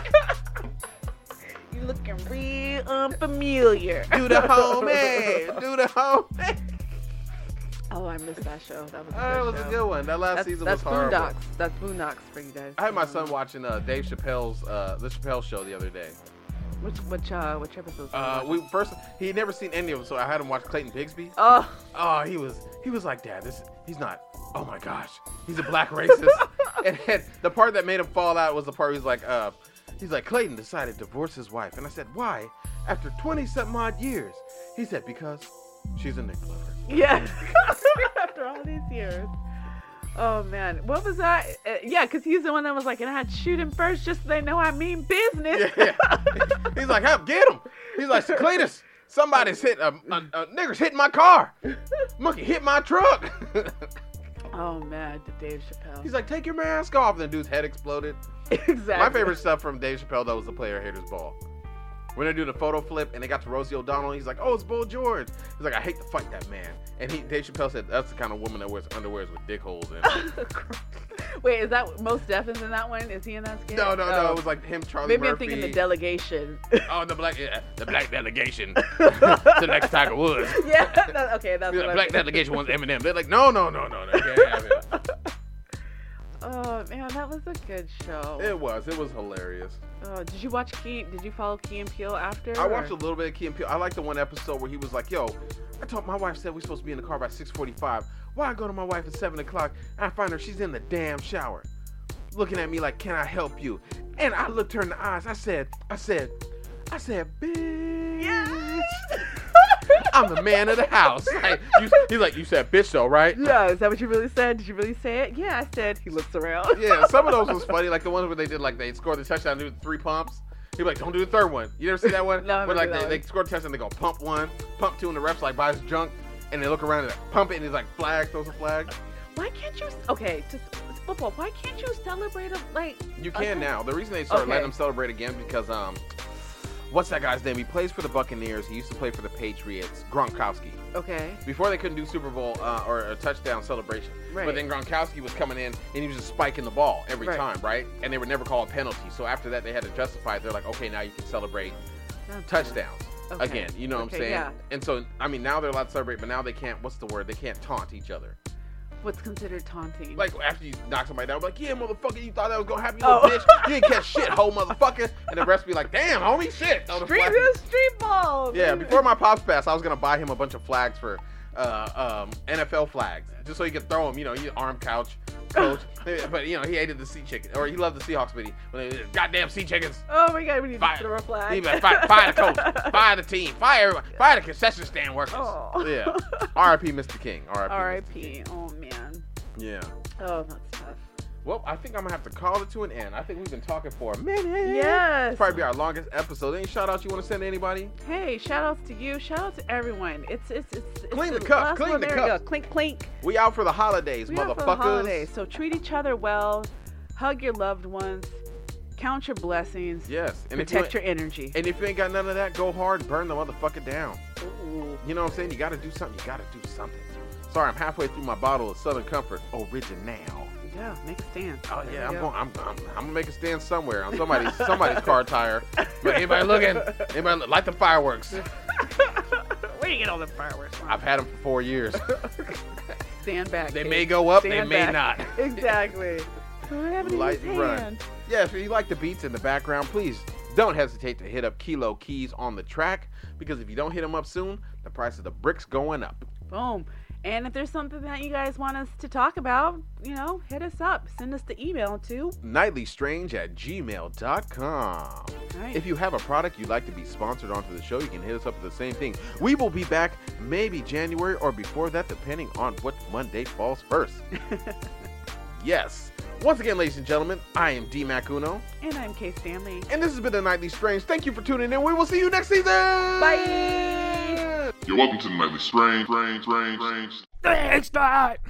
you looking real unfamiliar.
do the homie do the homie
Oh, I missed that show. That was a good
that Oh, was a
show.
good one that last
That's,
season
that's
was horrible
Boondocks. That's Boondocks for you guys.
I had my
Um,
son watching uh, Dave Chappelle's uh, the Chappelle show the other day
Which which uh which episodes?
Uh, we first he had never seen any of them, so I had him watch Clayton Bigsby.
oh,
Oh, he was he was like, Dad, this he's not. Oh my gosh, he's a black racist. and, and the part that made him fall out was the part where he's like, uh, he's like Clayton decided to divorce his wife, and I said, why? After twenty something odd years, he said because she's a Nick Lover.
yeah. After all these years. Oh man, what was that? Uh, yeah, because he's the one that was like, and I had to shoot him first just so they know I mean business.
Yeah, he's like, help, get him. He's like, Cletus, somebody's hit a, a, a nigger's hitting my car. Monkey hit my truck.
Oh man, the Dave Chappelle.
he's like, take your mask off. And the dude's head exploded.
exactly.
My favorite stuff from Dave Chappelle though was the player haters ball. When they do the photo flip and they got to Rosie O'Donnell, he's like, "Oh, it's Bo George." He's like, "I hate to fight that man." And he, Dave Chappelle said, "That's the kind of woman that wears underwears with dick holes in." it."
Wait, is that most deaf is in that one? Is he in that skit?
no, no, no.
Oh.
It was like him, Charlie
Maybe I'm
Murphy.
thinking the delegation.
oh, the black, yeah, the black delegation. the next Tiger Woods.
yeah. That, okay, that's
Yeah,
what
black
I'm
delegation wants Eminem. They're like, "No, no, no, no, no." you can't have it."
Oh man, that was a good show.
It was, it was hilarious.
Oh, did you watch Key? Did you follow Key and Peele after?
I watched
or-
a little bit of Key and Peele. I like the one episode where he was like, "Yo, I told my wife said we're supposed to be in the car by 6:45. Why I go to my wife at 7 o'clock and I find her she's in the damn shower, looking at me like, can I help you?' And I looked her in the eyes. I said, I said, I said, bitch, I'm the man of the house. Like, you, he's like, you said bitch though, right?
Yeah, is that what you really said? Did you really say it? Yeah, I said. He looks around.
Yeah, some of those was funny, like the ones where they did like they scored the touchdown, do three pumps. He'd be like, "Don't do the third one." You never see that one?
No, I remember
Where like
that
they,
one.
they score a touchdown, they go pump one, pump two, and the refs like buys junk, and they look around and like, pump it, and he's like flag, throws a flag.
Why can't you? Okay, just it's football. Why can't you celebrate a like?
You can
Okay.
now. The reason they started
Okay.
letting him celebrate again because um, what's that guy's name? He plays for the Buccaneers. He used to play for the Patriots. Gronkowski.
Okay.
Before they couldn't do Super Bowl uh, or a touchdown celebration, but
Right.
then Gronkowski was coming in and he was just spiking the ball every
Right.
time, right? And they would never call a penalty. So after that, they had to justify. it. They're like, okay, now you can celebrate touchdowns
Okay.
again. You know what
Okay,
I'm saying?
yeah.
And so, I mean, now they're allowed to celebrate, but now they can't. What's the word? They can't taunt each other.
what's considered taunting.
Like after you knock somebody down, I'm like, yeah, motherfucker, you thought that was gonna happen, you
Oh.
little bitch. You didn't catch shit, whole motherfucker. And the rest be like, damn, homie, shit. Throw the
street,
flag.
real street ball.
Yeah, before my pops passed, I was gonna buy him a bunch of flags for uh, um, NFL flags, just so he could throw them. You know, you arm couch, coach. but you know, he hated the sea chicken, or he loved the Seahawks, but he when they- goddamn sea chickens.
Oh my god, we need
Fire.
to throw a flag.
He better fire, fire the coach, fire the team, fire everyone, fire the concession stand workers.
Oh.
Yeah. R.I.P. Mr. King. R.I.P. Mr. King.
R.I.P. Oh man.
Yeah.
Oh, that's tough.
Well, I think I'm gonna have to call it to an end. I think we've been talking for a minute.
Yes.
Probably be our longest episode. Any shout outs you want to send to anybody?
Hey, shout outs to you. Shout out to everyone. It's it's it's. it's
Clean the cup,
last
clean
one.
the
there We
cup.
go. Clink clink.
We out for the holidays,
We
motherfuckers.
are for the holidays, so treat each other well. Hug your loved ones. Count your blessings.
Yes. And if you
Protect your energy.
And if you ain't got none of that, go hard, burn the motherfucker down.
Ooh.
You know what I'm saying? You gotta do something. You gotta do something. Sorry, I'm halfway through my bottle of Southern Comfort Original.
Yeah, make a stand.
Oh
There we
yeah, I'm
go.
going. I'm, I'm, I'm gonna make a stand somewhere on somebody's somebody's car tire. But anybody looking? Anybody look- light the fireworks?
Where you get all the fireworks from?
I've had them for four years.
Stand back.
They
kid.
may go up.
Stand
they may
back.
not.
Exactly. So what happened
Light
in
and
his
run.
hand?
Yeah, if you like the beats in the background, please don't hesitate to hit up Kilo Keys on the track because if you don't hit them up soon, the price of the bricks going up.
Boom. And if there's something that you guys want us to talk about, you know, hit us up. Send us the email too.
nightlystrange at gmail.com.
Right.
If you have a product you'd like to be sponsored onto the show, you can hit us up with the same thing. We will be back maybe January or before that, depending on what Monday falls first. yes. Once again, ladies and gentlemen, I am D Macuno,
And I'm Kay Stanley.
and this has been the Nightly Strange. Thank you for tuning in. We will see you next season.
Bye.
You're welcome to the nightly strange, strange, strange, strange.
Thanks, Dad.